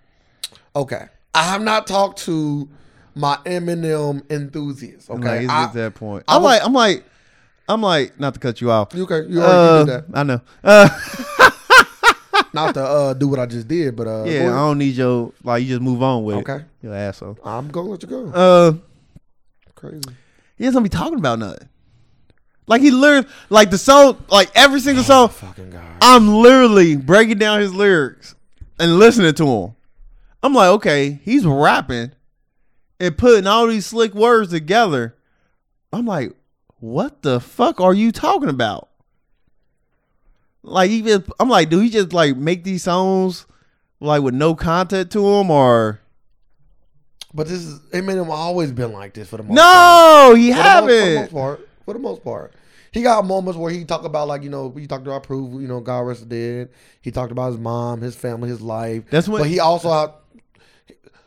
Okay. I have not talked to my Eminem enthusiast.
I'm
Okay.
Like, it's
I,
at that point.
I
I'm
was-
like. I'm like. I'm like. Not to cut you off.
you okay. You already
Uh,
did
I know. Uh,
that. Not to uh, do what I just did, but uh,
yeah, I
go ahead.
don't need your like. You just move on with it.
okay.
You asshole.
I'm gonna let you go.
Uh,
Crazy.
he doesn't be talking about nothing. Like he literally, like the song, like every single song.
Fucking God.
I'm literally breaking down his lyrics and listening to him. I'm like, okay, he's rapping and putting all these slick words together. I'm like, what the fuck are you talking about? Like, even I'm like, do he just like make these songs like with no content to him or
But this is Eminem always been like this for the most part.
no? He
For the most- For the most
haven't.
part. For the most part. He got moments where he talked about like you know he talked about proof you know God rest dead. He talked about his mom, his family, his life.
That's when-
But he also had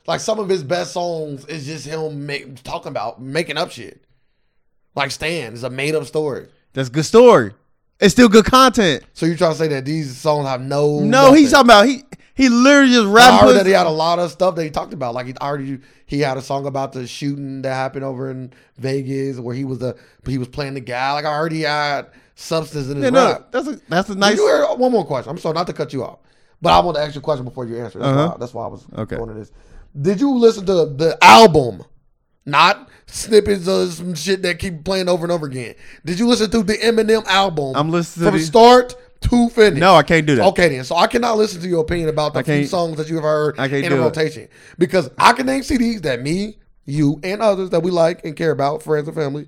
like some of his best songs is just him make, talking about making up shit. Like Stan is a made up story.
That's a good story. It's still good content.
So you trying to say that these songs have no?
No, he's
nothing.
talking about he he literally just
I
rapping.
heard
puts-
that he had a lot of stuff that he talked about. Like he already he had a song about the shooting that happened over in Vegas where he was the he was playing the guy. Like I already had substance in his
Yeah,
rap.
no, that's a that's a
Did
nice.
you hear- one more question. I'm sorry not to cut you off, but I want to ask you a question before you answer. That's,
Uh-huh.
why, that's why I was
Okay.
going to this. Did you listen to the album, not snippets of some shit that keep playing over and over again? Did you listen to the Eminem album?
I'm listening to
from
the-
start to finish.
No, I can't do that.
Okay then, so I cannot listen to your opinion about the few
can't-
songs that you have heard
I can't
in a
do it.
rotation because I can name CDs that me, you, and others that we like and care about, friends and family,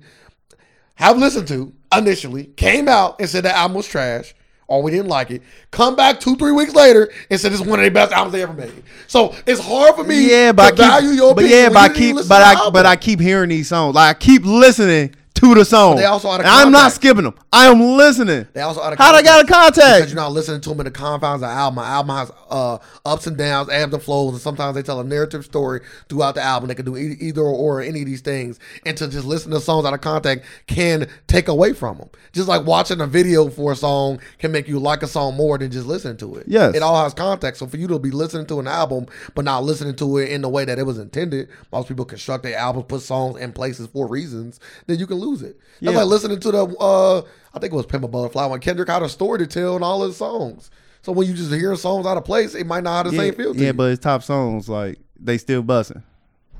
have listened to initially, came out and said that album was trash or we didn't like it. Come back two, three weeks later and said it's one of the best albums they ever made. So it's hard for me
Yeah, but I
to
keep,
value your
but
opinion
yeah,
when
but I
you didn't
keep,
listen
but
to the
I,
album.
but I keep hearing these songs. Like I keep listening to the song.
they also out of
And I'm not
context.
skipping them. I am listening.
They also out of
How they got a
context. because
contact?
you're not listening to them in the confines of the album. My album has uh, ups and downs, ebbs and flows, and sometimes they tell a narrative story throughout the album. They can do e- either or, or any of these things, and to just listen to songs out of context can take away from them. Just like watching a video for a song can make you like a song more than just listening to it.
Yes.
it all has context. So for you to be listening to an album but not listening to it in the way that it was intended, most people construct their albums, put songs in places for reasons, then you can lose it.
Yeah.
That's like listening to the uh I think it was Pimp a Butterfly when Kendrick had a story to tell in all his songs. So when you just hear songs out of place, it might not have the
yeah,
same feel to
yeah,
you.
but his top songs like they still busting.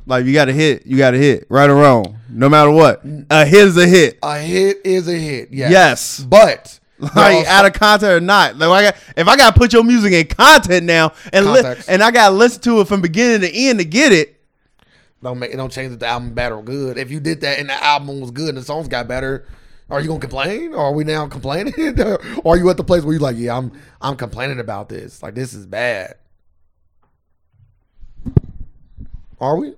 Like you got to hit, you got to hit, right or wrong, no matter what. A hit is a hit.
a hit is a hit, yes.
Yes.
But
[laughs] Like out of content or not? Like I got, if I got to put your music in content now, and li-
Context.
and I got to listen to it from beginning to end to get it.
don't make it don't change that the album bad or good. If you did that and the album was good and the songs got better, are you gonna complain? Or are we now complaining? [laughs] or are you at the place where you're like, yeah, I'm I'm complaining about this. Like this is bad. Are we?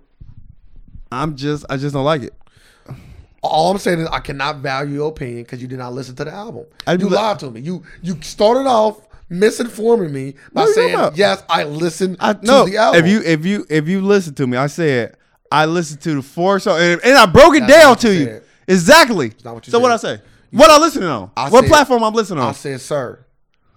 I'm just, I just don't like it.
All I'm saying is I cannot value your opinion because you did not listen to the album.
I
you
li-
lied to me. You you started off misinforming me by
What are you talking
saying
about?
yes, I listened
I
to
no.
the album.
If you if you if you listen to me, I said I listened to the four so and, and I broke it down
what you
to you
said.
exactly.
not what you
so what I
said.
say? What I listening on?
I
what
said-
platform I'm listening
I
on?
said, sir,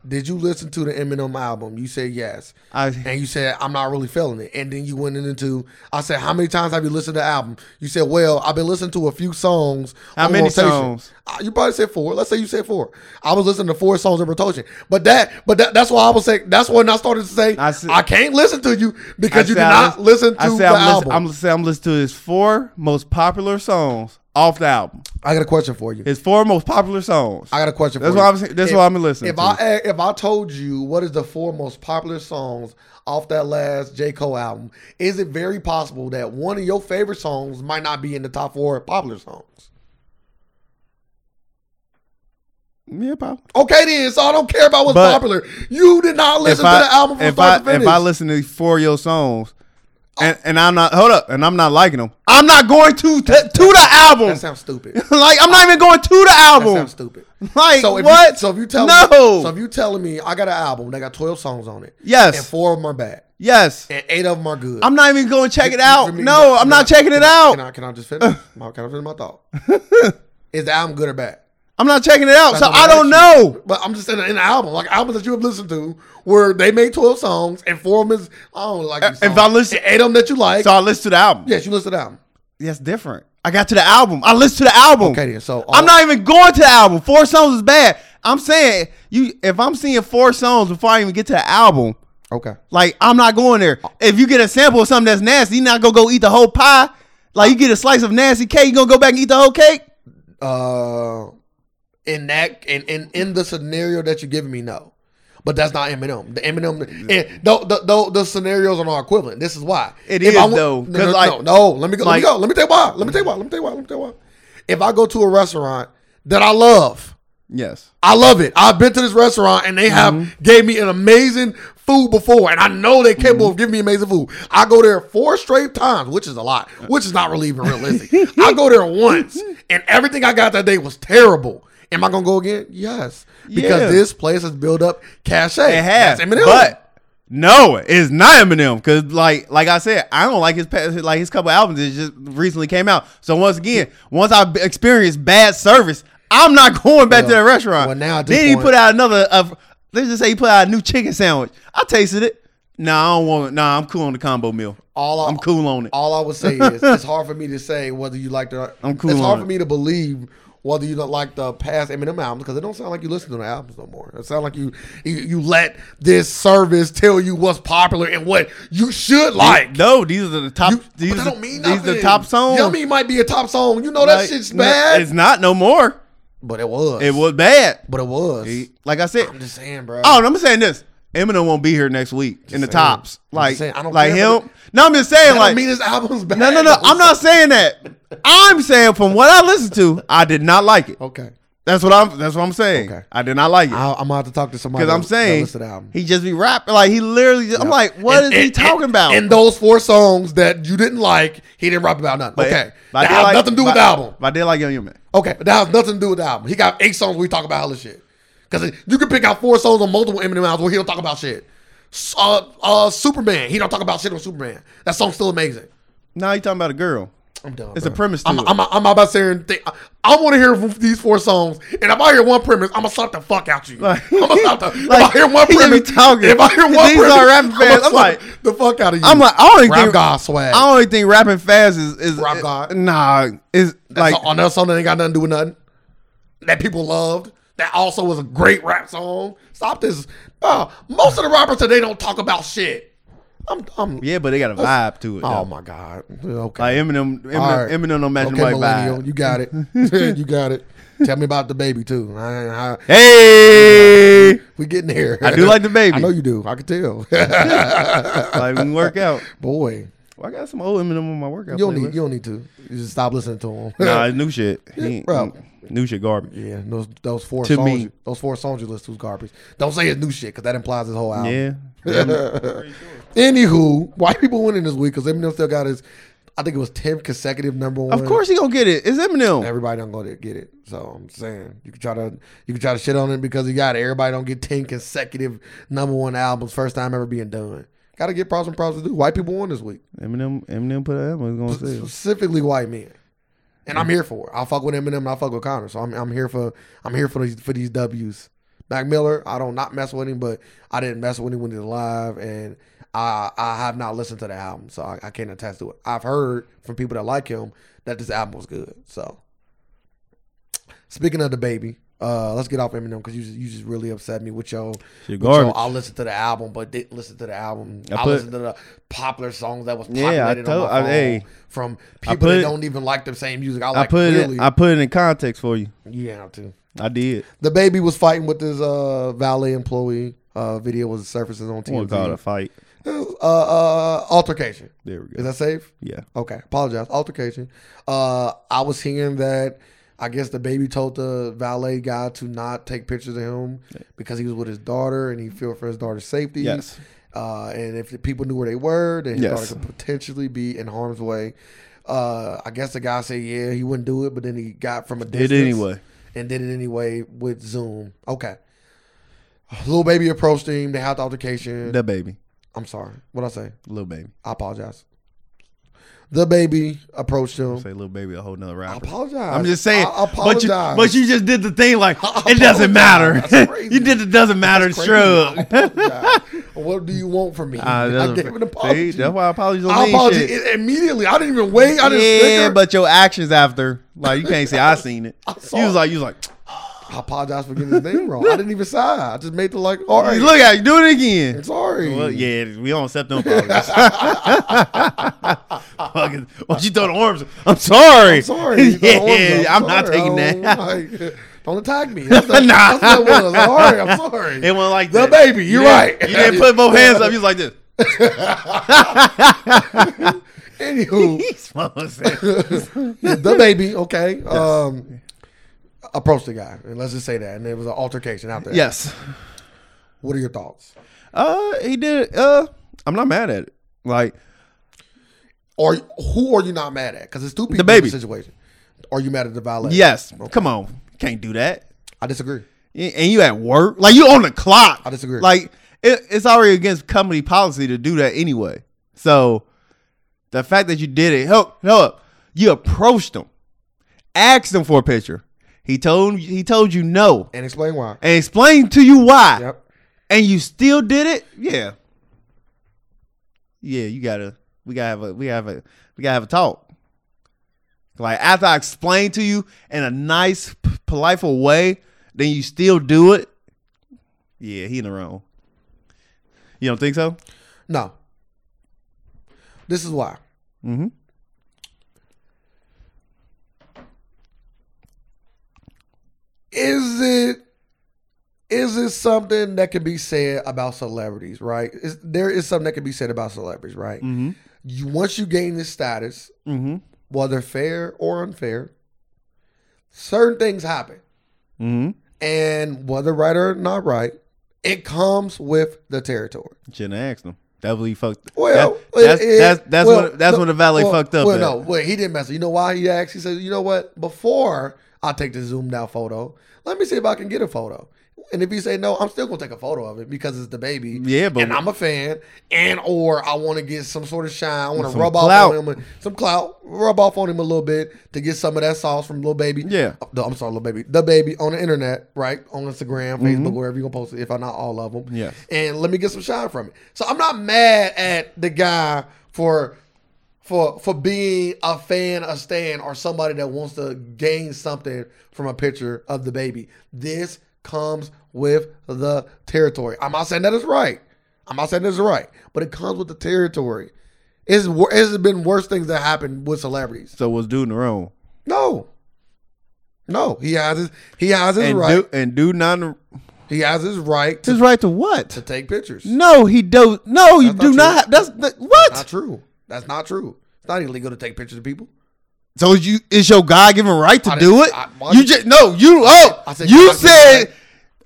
did you listen to the Eminem album? You said yes.
I,
and you said I'm not really feeling it. And then you went into I said, how many times have you listened to the album? You said, well, I've been listening to a few songs.
How
on
many
rotation."
songs?
Uh, You probably said four. Let's say you said four. I was listening to four songs in rotation. But that, but that, that's why I was saying. That's when I started to say I,
I said-
can't listen to you
I
because you
said
did
I
not
lis-
listen to
I said
the
I'm
album.
Listen, I'm saying I'm listening to his four most popular songs off the album.
I got a question for you.
His four most popular songs.
I got a question.
That's
for
what
you.
I'm saying- that's
If-
what I'm listening
If
to.
I if I told you what is the four most popular songs off that last J Cole album, is it very possible that one of your favorite songs might not be in the top four popular songs?
yeah, pop.
Okay, then. So I don't care about what's
But-
popular. You did not listen to the album from Oh.
if
start
I,
to finish.
If I listen to four of your songs, and, and I'm not hold up, and I'm not liking them, I'm not going to t- to the album.
that sounds stupid.
[laughs] like I'm not even going to the
That
album.
sounds stupid.
Like
So if
what?
You, so if you tell
no,
me, so if you telling me I got an album that got twelve songs on it,
Yes.
and four of them are bad,
yes,
and eight of them are good.
I'm not even going to check it
For
out.
me,
No, I'm
can
not
I-
checking it
can I- Can
out.
I, can I
[laughs]
just finish? My, can I finish my thought? Is the album good or bad?
I'm not checking it out. So
not
I don't
my
know.
But I'm just saying in the album, like albums that you have listened to, where they made twelve songs and four of them is I don't like. these
If I
songs.
listen-
And eight of them that you like,
So I listen to the album.
yes, you listen to the album.
That's different. I got to the album. I listened to the album.
Okay, then. So uh, all-
I'm not even going to the album. Four songs is bad. I'm saying you. If I'm seeing four songs before I even get to the album,
Okay.
like I'm not going there. If you get a sample of something that's nasty, you're not gonna go eat the whole pie. Like you get a slice of nasty cake, you gonna go back and eat the whole cake.
Uh, in that in, in in the scenario that you're giving me, no. But that's not Eminem. The Eminem, and the, the, the, the scenarios are not equivalent. This is why
It
If
is,
I went-
though,
No,
'cause
no,
like-
no, no, let me go.
like-
let me go. Let me tell you why. Let me tell you why. Let me tell you why. Let me tell you why. If I go to a restaurant that I love,
Yes.
I love it. I've been to this restaurant and they have
Mm-hmm.
gave me an amazing food before, and I know they're
Mm-hmm.
capable of giving me amazing food. I go there four straight times, which is a lot, which is not really even realistic. I go
[laughs]
there once, and everything I got that day was terrible. Am I gonna go again? Yes, because
Yeah.
this place has built up cachet.
It has,
That's Eminem.
but no, it's not Eminem because, like, like I said, I don't like his past, like his couple albums that just recently came out. So once again, once I b- experience bad service, I'm not [laughs] going back to
Well,
the restaurant.
well, now at this
then he
point-
put out another. Uh, let's just say he put out a new chicken sandwich. I tasted it. Nah, I don't want. it. Nah, I'm cool on the combo meal.
all I,
I'm cool on it.
All I would say
[laughs]
is it's hard for me to say whether you like the.
I'm cool
It's hard
on
for
it.
me to believe whether you don't like the past Eminem albums because it don't sound like you listen to the albums no more. It sound like you, you you let this service tell you what's popular and what you should like.
no, these are the top.
You-
these
but
are
that
the-
don't mean
these
nothing.
are the top songs.
Yummy might be a top song. You know that
Like,
shit's
no,
bad,
it's not no more.
but it was.
It was bad.
But it was.
Like I said,
I'm just saying, bro.
Oh, and I'm saying this. Eminem won't be here next week in the
saying.
tops.
I'm
Like,
just saying, I don't
like
care,
him. No, I'm just saying,
I
like,
mean, his album's bad.
no, no, no. I'm not saying that. I'm saying from what I listened to, I did not like it.
[laughs] Okay.
That's what I'm. That's what I'm saying.
Okay.
I did not like it
I, I'm gonna have to talk to somebody.
because I'm
that- that
saying
listens to the album.
he just be rapping like he literally. Just, I'm [laughs] like, what is
And-
he
and-
talking about?
And those four songs that you didn't like, he didn't rap about nothing.
But-
okay,
but I
that
did
has
like-
nothing to do with
but-
the album.
But I did like Young Human.
Okay, but that has nothing to do with the album. He got eight songs where we talk about hella shit. Because you can pick out four songs on multiple Eminem albums where he don't talk about shit. S- Uh, uh, Superman, he don't talk about shit on Superman. That song's still amazing.
Now you talking about a girl.
I'm done.
It's
bro.
a premise to
I'm,
it.
I'm, I'm about to say and think, I, want to hear these four songs, and if I hear one premise, I'm gonna slap the fuck out you.
Like-
I'm gonna slap
[laughs]
the.
like,
if I hear one
he just be
premise,
talking.
if I hear one
[laughs] These
premise,
are rapping
I'ma
fans. I'm
slap
like-
the fuck out of you.
I'm like, I only
rap
think
god swag.
I only think rapping fast is is
Rap God.
Nah, is like
like so, another song that ain't got nothing to do with nothing that people loved. That also was a great rap song. Stop this. Nah, most of the rappers today don't talk about shit. I'm. I'm
yeah, but they got a vibe to it.
Oh
though.
my god. Okay.
Like Eminem, Eminem,
All right.
Eminem don't match
okay,
nobody
millennial,
vibe.
you got it.
[laughs]
[laughs] you got it. Tell me about the baby too. I, I, [laughs]
Hey,
we getting here.
I do like the baby.
[laughs] I know you do. I
[laughs]
can tell. [laughs]
like we work out.
Boy,
Well, I got some old Eminem on my workout.
you don't
playlist.
need. You don't need to. You just stop listening to him.
Nah, it's new shit. He ain't-
Bro.
New shit garbage.
Yeah, and those those four
To
songs,
me.
you- those four songs you list was garbage. Don't say it's new shit because that implies his whole album.
Yeah.
Anywho, white people winning this week because Eminem still got his, I think it was tenth consecutive number one.
Of course he gonna get it. It's Eminem.
everybody don't go to get it. So I'm saying you can try to you can try to shit on it because he got it. Everybody don't get ten consecutive number one albums, first time ever being done. Got to get props and props to do. White people won this week,
Eminem, Eminem put out. Eminem gonna say.
specifically white men. And I'm here for it. I fuck with Eminem and I fuck with Connor. So I'm, I'm here for I'm here for these for these W's. Mac Miller, I don't not mess with him, but I didn't mess with him when he was alive, and I I have not listened to the album, so I, I can't attest to it. I've heard from people that like him that this album was good. So speaking of the baby, uh, let's get off Eminem because you just, you just really upset me with your.
Shit
with your,
garbage.
I listened to the album, but didn't listen to the album. I,
I put-
listened to the popular songs that was
Yeah, I
populated
told-
on my
I-
phone
hey.
from people
put
that
it-
don't even like the same music. I
I
like
put
really.
it. I put it in context for you.
you have to.
I did.
The baby was fighting with his uh, valet employee. Uh, video was surfaces on
We'll call it a
TV.
fight.
Uh, uh, altercation.
There we
Is
go.
that safe?
Yeah.
Okay, apologize. Altercation. Uh, I was hearing that. I guess the baby told the valet guy to not take pictures of him because he was with his daughter and he feared for his daughter's safety.
Yes.
Uh, and if the people knew where they were, then his
Yes.
daughter could potentially be in harm's way. Uh, I guess the guy said, yeah, he wouldn't do it, but then he got from a distance.
Did it anyway.
And did it anyway with Zoom. Okay. Little baby approached him. They had the altercation.
The baby,
I'm sorry. What'd I say?
little baby.
I apologize. The baby approached him.
Say little baby a whole nother
I
rapper.
apologize.
I'm just saying.
I
but you,
apologize.
but you just did the thing like
I
it doesn't matter.
apologize. That's
[laughs]
crazy.
you did the doesn't matter
Crazy.
shrug.
I apologize. what do you want from me?
[laughs] Ah, that's
I
a-
gave an
see,
apology.
that's why apologies don't
I
mean
apologize
shit.
i- immediately. I didn't even wait. I didn't
yeah,
snicker.
but your actions after, like you can't say
[laughs]
I seen it.
saw
you
it.
was like, you was like,
I apologize for getting his name wrong. I didn't even sigh. I just made the like. All right,
look at you, do it again.
sorry.
Well, yeah, we don't accept
[laughs]
them apologies. [laughs] Fucking, what you throw the arms? I'm sorry.
I'm sorry. You
[laughs] yeah,
know, I'm
I'm not
sorry. Oh
taking
I'm
that.
like, [laughs] don't attack
[laughs]
me. That's not,
Nah.
that's not what it was. I'm
[laughs]
sorry. I'm sorry.
It went like
The
that.
baby,
[laughs]
you're
you didn't-
right.
You
[laughs]
didn't put both hands up. You was like this. [laughs]
Anywho,
He's [laughs]
[laughs]
fucking-
the baby, okay, um, approached the guy, and let's just say that, and there was an altercation out there.
yes.
What are your thoughts?
Uh, he did. it. Uh, I'm not mad at it. Like
Or who are you not mad at? Because it's two people
baby.
in the situation. Are you mad at the valet?
yes, come on, can't do that.
I disagree.
and you at work, like you on the clock.
I disagree.
Like it, it's already against company policy to do that anyway. So the fact that you did it, help, help. You approached him, asked him for a picture. He told he told you no,
And explain why.
and explained to you why,
Yep.
and you still did it. Yeah, yeah. You gotta we gotta have a we gotta have a we gotta have a talk. Like after I explain to you in a nice, p- politeful way, then you still do it. Yeah, he in the wrong. You don't think so?
No. This is why.
Mm-hmm.
Is it is it something that can be said about celebrities, right? Is, there is something that can be said about celebrities, right?
Mm-hmm.
You, once you gain this status,
Mm-hmm.
whether fair or unfair, certain things happen.
Mm-hmm.
And whether right or not right, it comes with the territory.
Shouldn't have asked him. That's what he fucked.
Well,
that, that's
it- it-
that's that's
well,
when that's
no,
when the valet
well-
fucked up.
Well,
at.
no, wait, he didn't mess up. You know why he asked? He said, "You know what? Before I take the zoomed out photo, let me see if I can get a photo." And if you say no, I'm still gonna take a photo of it because it's the baby.
Yeah, but-
and I'm a fan, and or I want to get some sort of shine. I want to
Some
rub
clout.
off on him, some clout, rub off on him a little bit to get some of that sauce from little baby.
Yeah.
the, I'm sorry, little baby, the baby on the internet, right on Instagram, Facebook, wherever you gonna post it. If I not all of them,
Yes.
and let me get some shine from it. So I'm not mad at the guy for for for being a fan, a stan, or somebody that wants to gain something from a picture of the baby. This comes with the territory. I'm not saying that is right. I'm not saying this is right, but it comes with the territory. It's wor- it's been worse things that happen with celebrities.
So was dude in the wrong?
No. No, he has his he has his
And
right.
dude and dude not in the-
he has his right to,
his right to what?
to take pictures.
No, he do. No, you
That's not
do
true.
not. Have, that's the, what.
Not true. That's not true. It's not illegal to take pictures of people.
so you is your God given right to
I
do
didn't-
it?
I- why
you
did-
just no. You oh.
I said
you
God given
said.
right.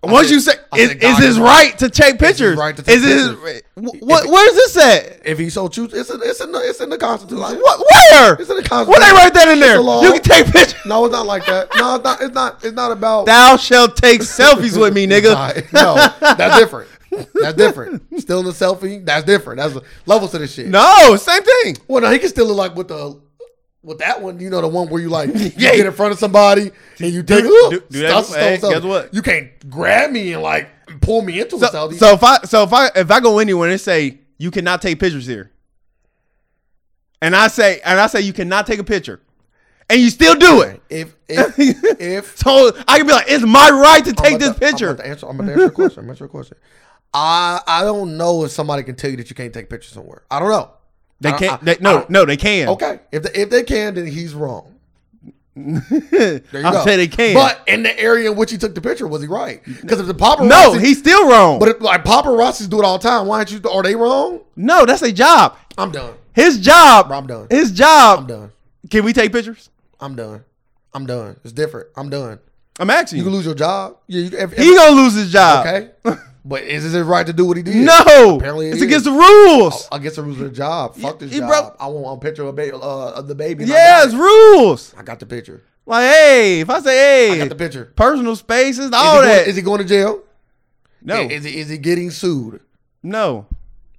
I
Once
said-
you say,
I
is,
said
is
God
his
given
right to take pictures?
right to take
is his,
pictures.
wh- what? Where's this at?
If he so chooses, it's in, it's in the it's in the Constitution.
What? Where?
It's in the Constitution.
What they write that in
It's
there?
a law.
You can take pictures.
No, it's not like that. No, it's not. It's not. It's not about.
Thou shalt
[laughs]
take selfies with me, nigga.
no, that's different. That's different. Still in the selfie. That's different. That's levels to this shit.
No, same thing.
Well, no, he can still look like with the with that one. You know, the one where
[laughs]
you like you
Yeah.
get in front of somebody and you take
Do-
a look.
do- do that-
Stuff-
hey,
stuff-
guess what?
You can't grab me and like pull me into a
So,
selfie.
so if I so if I if I go anywhere and say you cannot take pictures here, and I say and I say you cannot take a picture, and you still do it, [laughs]
if if if
so I can be like, it's my right to take
I'm
this
about to- I'm
picture.
about to answer, I'm about to answer your question. I'm about to answer your question. I I don't know if somebody can tell you that you can't take pictures somewhere. I don't know.
They
I-
can't.
I-
They, no,
I-
no, they can. [laughs]
Uh, Okay. If they, if they can, then he's wrong. There you
I
go.
say they can.
But in the area in which he took the picture, was he right? Because if the paparazzi,
no, he's still wrong.
but if, like paparazzi do it all the time. Why aren't you? Are they wrong?
no, that's a job.
I'm done.
His job.
I'm done.
His
I'm
job.
done.
Can we take pictures?
I'm done. I'm done. It's different. I'm done.
I'm asking
You can
you.
lose your job. Yeah. You, if, if-
He gonna lose his job. [laughs]
okay. but is it his right to do what he did?
No,
Apparently it
it's
is. Oh,
against the rules.
I guess the rules of the job. Fuck this
he
job.
broke-
I want a picture of, ba- uh, of the baby. and I
Yeah,
got
it's
it.
rules.
I got the picture.
Like, hey, if I say,
I
hey,
got the picture.
personal spaces,
Is,
all
he,
that.
Going, is he going to jail?
no,
Is he, is he getting sued?
no.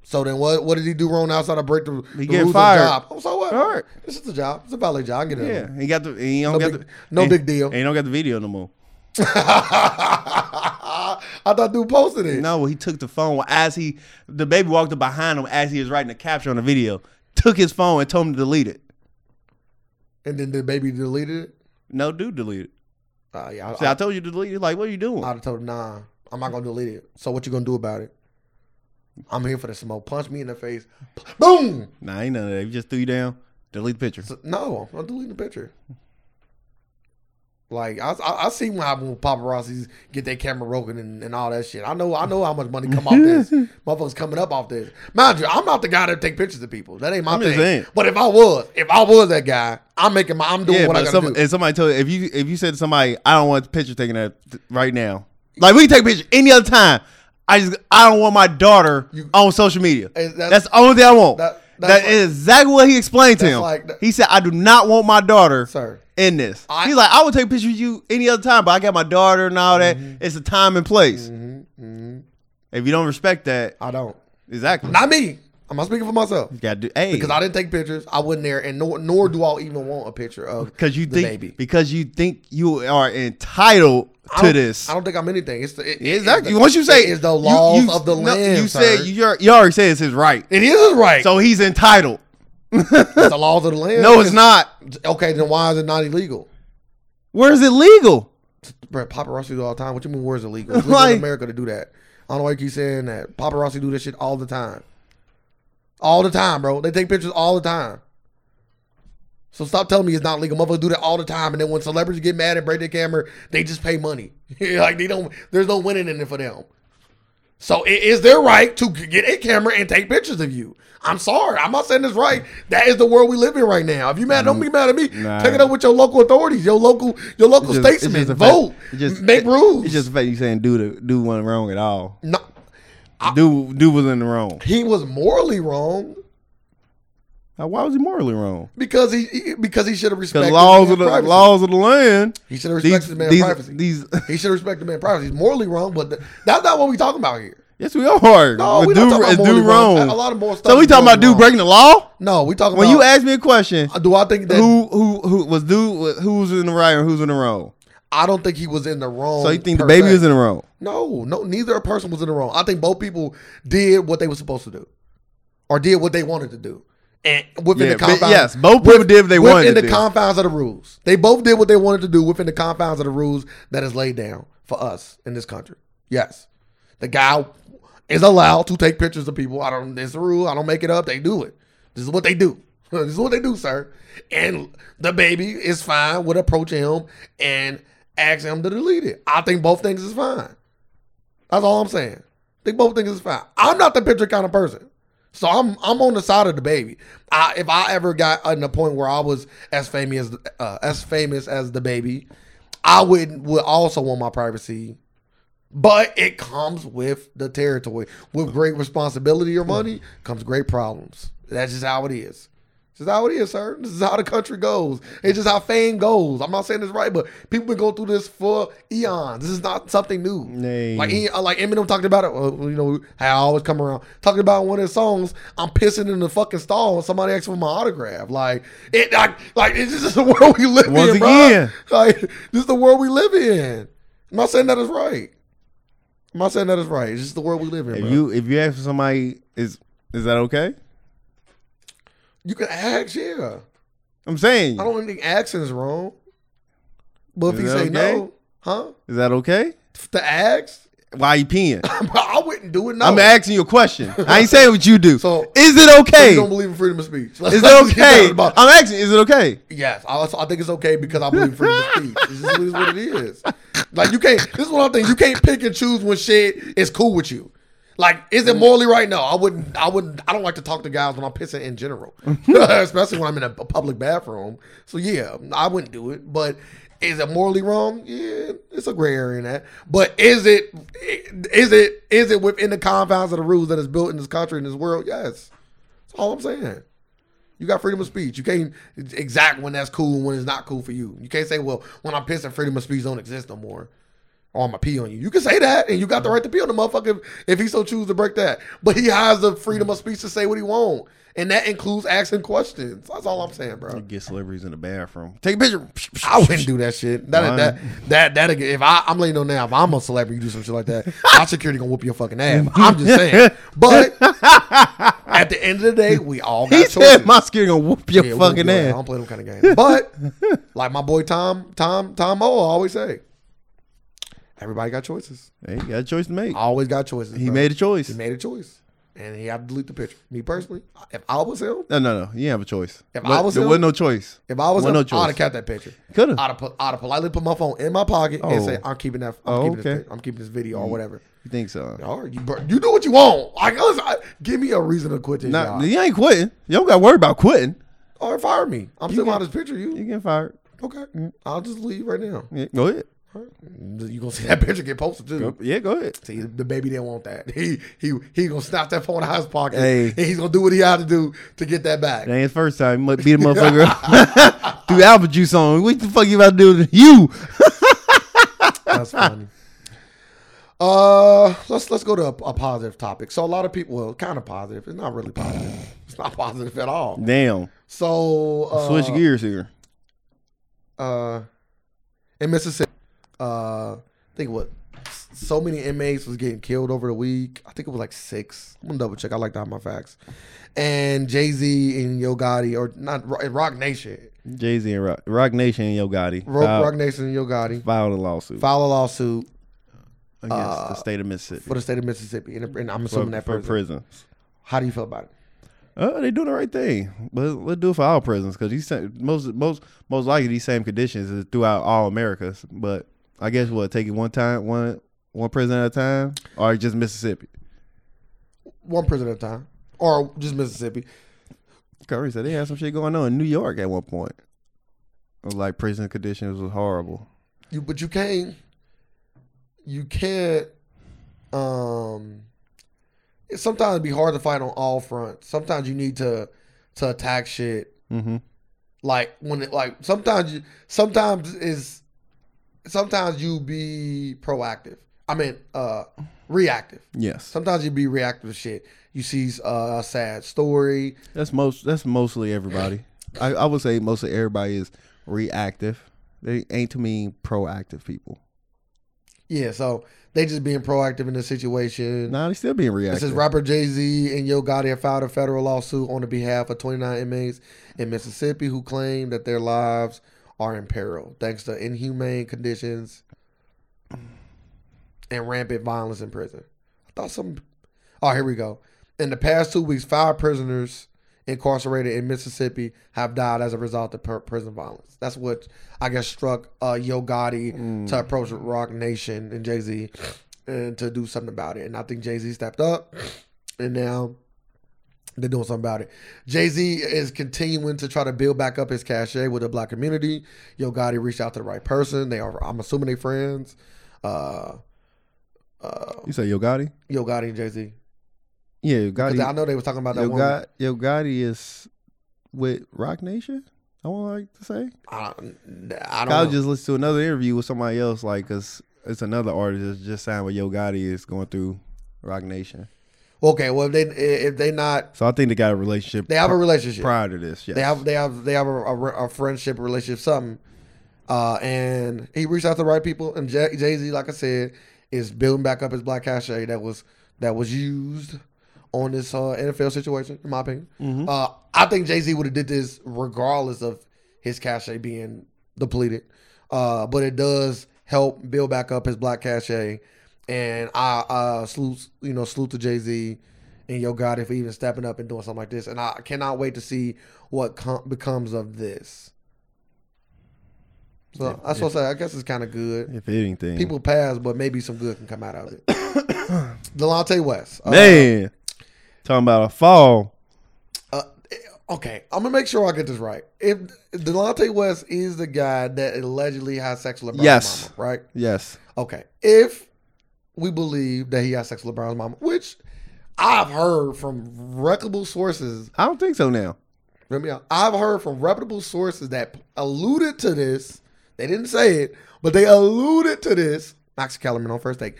So then what What did he do wrong outside of break the, the
getting
rules
fired.
of the job? Oh, so what?
All right.
This is a job. It's a valet job. I get it. [laughs]
Yeah, he got the. He don't
No
got
big-
the,
no
he-
big deal.
He don't got the video no more.
I thought dude posted it.
No, he took the phone as he. The baby walked up behind him as he was writing the caption on the video. Took his phone and told him to delete it.
And then the baby deleted it.
No, dude, delete it.
Uh, yeah, I,
See, I, told you to delete it. Like, what are you doing?
I, would have told him, nah, I'm not going to delete it. So what you going to do about it? I'm here for the smoke. Punch me in the face. P- Boom.
nah, ain't none of that. He just threw you down. Delete the picture.
So- no, I'm deleting the picture. Like I, I, I see what happens when paparazzi get their camera broken and, and all that shit. I know, I know how much money come
[laughs]
off this. Motherfuckers coming up off this. Mind you, I'm not the guy that take pictures of people. That ain't my
I'm just
thing.
saying.
But if I was, if I was that guy, I'm making my, I'm doing
Yeah,
what I
but
gotta
some,
do.
if somebody told if you if you said to somebody, I don't want the picture taken at right now. Like we can take pictures any other time. I just I don't want my daughter
You-
on social media.
Is that-
that's the only thing I want.
that-
that's
that's like-
exactly what he explained to
That's
him.
like the-
he said, I do not want my daughter
Sir,
in this.
I-
He's like, I would take pictures of you any other time, but I got my daughter and all that.
Mm-hmm.
It's a time and place. If you don't respect that,
I don't.
exactly.
Mm-hmm. Not me. I'm not speaking for myself
you gotta do hey,
because I didn't take pictures. I wasn't there, and nor, nor do I even want a picture of
because you
the
think
baby.
because you think you are entitled
I
to
don't-
this.
I don't think I'm anything. It's the, it- it-
Exactly.
it's the-
Once you say
it is the laws of the
no,
land.
you
sir.
said you, you already said it's his right,
It is his right.
so he's entitled.
it's the laws of the
[laughs]
land.
No, it's not.
Okay, then why is it not illegal?
Where is it legal?
Bro, paparazzi do all the time. What you mean, where is illegal? It's legal
Like-
in America to do that. I don't know why you keep saying that. Paparazzi do this shit all the time. All the time, bro. They take pictures all the time. So stop telling me it's not legal. Motherfuckers do that all the time. And then when celebrities get [laughs] mad and break their camera, they just pay money. like they don't. There's no winning in it for them. So it is their right to g- get a camera and take pictures of you. I'm sorry. I'm not saying this right. That is the world we live in right now. If you mad, don't be mad at me.
Nah.
Take it up with your local authorities, your local, your local
It's just- it's
statesmen.
just a fact-
Vote.
it's just-
Make rules.
It's just the fact you saying do the do one wrong at all.
no,
Do do was in the wrong.
he was morally wrong
Now, why was he morally wrong?
because he, he- because he should have
Because
respected
laws of the
man's privacy.
laws of the land.
He should have
These,
respected man's
these-
privacy.
these- [laughs]
he should have respected man's privacy. He's morally wrong, but th- that's not what we talking about here.
yes, we are.
No, we
do,
not talking about
it's
morally
do
wrong.
wrong.
A- a lot of more stuff
So we
is
talking about
morally
dude
wrong.
breaking the law?
No, we talking
When
about.
you ask me a question,
do I think that
who who who was dude? Who was in the right and who's in the wrong?
I don't think he was in the wrong.
So you think the
per
baby
se.
is in the wrong?
No, no, neither person was in the wrong. I think both people did what they were supposed to do, or did what they wanted to do, and within
Yeah,
the
but
confines.
yes, both people did what they
within
wanted to
the
do.
confines of the rules. They both did what they wanted to do within the confines of the rules that is laid down for us in this country. Yes, the guy is allowed to take pictures of people. I don't. This rule. I don't make it up. They do it. This is what they do. [laughs] this is what they do, sir. And the baby is fine with approaching him and asking him to delete it. I think both things is fine. That's all I'm saying. They both think it's fine. I'm not the picture kind of person. So I'm I'm on the side of the baby. I, if I ever got in the point where I was as famous uh, as famous as the baby, I would would also want my privacy. But it comes with the territory. With great responsibility or money comes great problems. That's just how it is. This is how it is, sir. This is how the country goes. It's just how fame goes. I'm not saying this right, but people been going through this for eons. This is not something new.
Nay.
Like he- uh, like Eminem talked about it. uh, You know how I always come around talking about one of his songs. I'm pissing in the fucking stall when somebody asks for my autograph. Like it, like, like it's just the [laughs] world we live
Once
in, bro.
again.
Like this is the world we live in. I'm not saying that is right. I'm not saying that is right. It's just the world we live in,
If
bro. You,
you if you ask for somebody, is is that okay?
can ask, yeah.
I'm saying,
I don't think asking is wrong. But if
Is
he
that
say
okay?
no, huh?
is that okay?
To ask, [laughs]
Why you
[coughs]
peeing?
I wouldn't do it. No,
I'm asking you a
[laughs]
question. I ain't saying what you do.
So-
is it
You
okay?
don't believe in freedom of speech. [laughs]
Is
Let's
it
get that out
okay?
of the box.
I'm asking. Is it okay?
Yes, I, also, I think it's okay because I believe in freedom of speech. This is- this is what it is. Like you can't. This is what I'm thinking. You can't pick and choose when shit is cool with you. Like, is it morally right? No, I wouldn't. I wouldn't. I don't like to talk to guys when I'm pissing in general, [laughs] especially when I'm in a, public bathroom. So yeah, I wouldn't do it. But is it morally wrong? Yeah, it's a gray area in that. But is it? Is it? Is it within the confines of the rules that is built in this country in this world? Yes. That's all I'm saying. You got freedom of speech. You can't exact when that's cool and when it's not cool for you. You can't say, well, when I'm pissing, freedom of speech don't exist no more. Or I'm going to pee on you. You can say that, and you
Mm-hmm.
got the right to pee on the motherfucker if, if he so choose to break that. But he has the freedom of
Mm-hmm.
speech to say what he want. And that includes asking questions. That's all I'm saying, bro.
Get celebrities in the bathroom. Take a picture.
I wouldn't do that shit. That
Why?
that that that again. If I, I'm letting you know now, if I'm a celebrity, you do some shit like that,
[laughs]
my security gonna whoop your fucking ass. I'm just saying. But at the end of the day, we all
[laughs]
got
He
choices.
said my security gonna whoop your
Yeah, we'll
fucking
do that. I
ass.
don't play them
[laughs]
kind of games. But like my boy Tom, Tom, Tom O always say, everybody got choices.
Hey, you got a choice to make.
Always got choices.
He
bro.
made a choice.
he made a choice, and he had to delete the picture. Me personally, if I was him,
No, no, no. He didn't have a choice.
If
But
I was
there
him-
wasn't no choice.
if I was
Well,
him,
no
I'd
choice.
have kept that picture.
Coulda.
I'd have, put, I'd have politely put my phone in my pocket and
Oh.
say, "I'm keeping that. I'm
Oh,
keeping this.
okay.
pic- I'm keeping this video or whatever."
You think so?
All right, you, bur- you do what you want. Like, listen, I, give me a reason to quit this
Nah,
job
you ain't quitting. You don't got to worry about quitting.
or fire me. I'm still
can-
on this picture.
You
You
getting fired?
okay? I'll just leave right now.
Yeah, go ahead.
You gonna see that [laughs] picture get posted too.
Go- Yeah, go ahead.
See, the baby didn't want that. [laughs] He he he gonna snap that phone out of his pocket,
Hey.
and he's gonna do what he had to do to get that back.
That ain't the first time. You might beat a motherfucker [laughs] up. through Alpha Juice on. What the fuck you about to do to you?
That's funny. [laughs] Uh, let's let's go to a, a positive topic. So a lot of people, well, kind of positive. It's not really positive. It's not positive at all.
Damn.
So uh,
Switch gears here.
uh, in Mississippi. Uh, I think what so many inmates was getting killed over the week. I think it was like six. I'm gonna double check. I like to have my facts. And Jay Z and Yo Gotti, or not Ro- Rock Nation,
Jay Z and Rock, Rock Nation and Yo Gotti
Ro-
filed,
Rock Nation and Yo Gotti
filed a lawsuit
file a lawsuit
against
uh,
the state of Mississippi
for the state of Mississippi, and, and I'm
for,
assuming that
for
prison.
prisons.
How do you feel about it?
Uh, they doing the right thing, but let's do it for all prisons because these sa- most most most likely these same conditions is throughout all Americas. But I guess what take it one time, one one One prison at a time, or just Mississippi?
One prison at a time, or just Mississippi.
Curry said they had some shit going on in New York at one point. It was like prison conditions was horrible.
You but you can't. You can't. Um, it sometimes be hard to fight on all fronts. Sometimes you need to to attack shit
Mm-hmm.
like when it like sometimes you sometimes is sometimes you be proactive i mean uh reactive
Yes,
sometimes you be reactive to shit you see uh, a sad story
that's most. That's mostly everybody. I, I would say mostly everybody is reactive. They ain't too many proactive people.
yeah so they just being proactive in the situation
Nah, they still being
This
reactive.
is rapper Jay Z and Yo Gotti have filed a federal lawsuit on the behalf of 29 inmates in Mississippi who claim that their lives are in peril thanks to inhumane conditions and rampant violence in prison. I thought some. Oh, here we go. In the past two weeks, five prisoners incarcerated in Mississippi have died as a result of per- prison violence. That's what I guess struck uh, Yo Gotti to approach Rock Nation and Jay Z and to do something about it. And I think Jay Z stepped up, and now they're doing something about it. Jay Z is continuing to try to build back up his cachet with the black community. Yo Gotti reached out to the right person. They are, I'm assuming, they friends. Uh, uh,
You say Yo Gotti?
Yo Gotti and Jay Z.
Yeah, Yo
Because I
Gotti.
know they was talking about that
Yo,
one.
Gotti Yo Gotti is with Rock Nation. I want like to say.
I, I don't
I
know.
was just listening to another interview with somebody else, like, cause it's another artist that's just signed with Yo Gotti is going through Rock Nation.
okay. Well, if they if they not,
So I think they got a relationship.
they have a
pri-
relationship.
prior to this. Yes.
They have they have they have a, a- a friendship relationship something. Uh, and he reached out to the right people. And Jay Z, like I said, is building back up his black cachet that was that was used on this uh, NFL situation. In my opinion, uh, I think Jay Z would have did this regardless of his cachet being depleted. Uh, but it does help build back up his black cachet. And I uh, salute you know salute to Jay Z and Yo Gotti for even stepping up and doing something like this. And I cannot wait to see what com- becomes of this. So that's what I say. I guess it's kind of good.
If anything,
People pass, but maybe some good can come out of it. [coughs] Delonte West. Uh,
man, talking about a fall.
uh, okay, I'm gonna make sure I get this right. If Delonte West is the guy that allegedly had sex with LeBron's
Yes.
mama, right?
Yes,
Okay, if we believe that he had sex with LeBron's mama, which I've heard from reputable sources.
I don't think so now.
Hear me out. I've heard from reputable sources that alluded to this. They didn't say it, but they alluded to this. Max Kellerman on first take.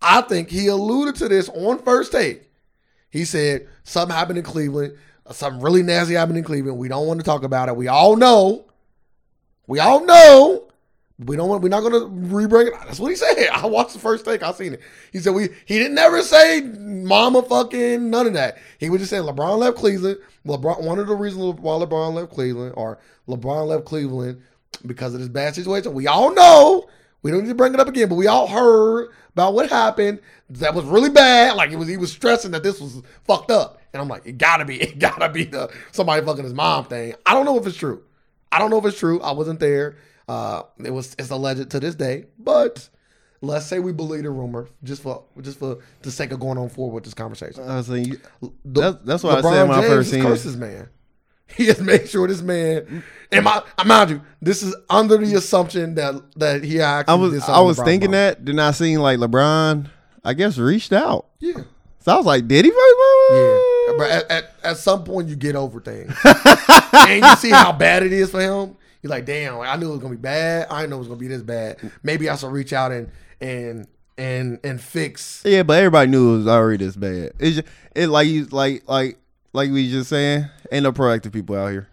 I think he alluded to this on first take. He said something happened in Cleveland. Uh, Something really nasty happened in Cleveland. We don't want to talk about it. We all know. We all know. We don't want. We're not gonna rebring it. That's what he said. [laughs] I watched the first take. I seen it. He said we. He didn't never say mama fucking none of that. He was just saying LeBron left Cleveland. LeBron. One of the reasons why LeBron left Cleveland, or LeBron left Cleveland, because of this bad situation. We all know. We don't need to bring it up again, but we all heard about what happened. That was really bad. Like it was. He was stressing that this was fucked up. And I'm like, it gotta be. [laughs] It gotta be the somebody fucking his mom thing. I don't know if it's true. I don't know if it's true. I wasn't there. Uh, it was it's alleged to this day, but let's say we believe the rumor just for just for the sake of going on forward with this conversation.
I was saying you-
The-
Uh, that's- that's what I said when I first
is
seen it.
curses man. [laughs] He has made sure this man, and my mind you, this is under the assumption that that he actually
I was I was thinking that. Then I seen like LeBron. I guess reached out.
yeah,
So I was like, did he? fuck
yeah.
LeBron?
But at, at at some point you get
[laughs]
over things, and you see how bad it is for him. You're like, damn, I knew it was gonna be bad. I didn't know it was gonna be this bad. Maybe I should reach out and and and and fix
Yeah, but everybody knew it was already this bad. It's just, it like you like like like we just saying, ain't no proactive people out here.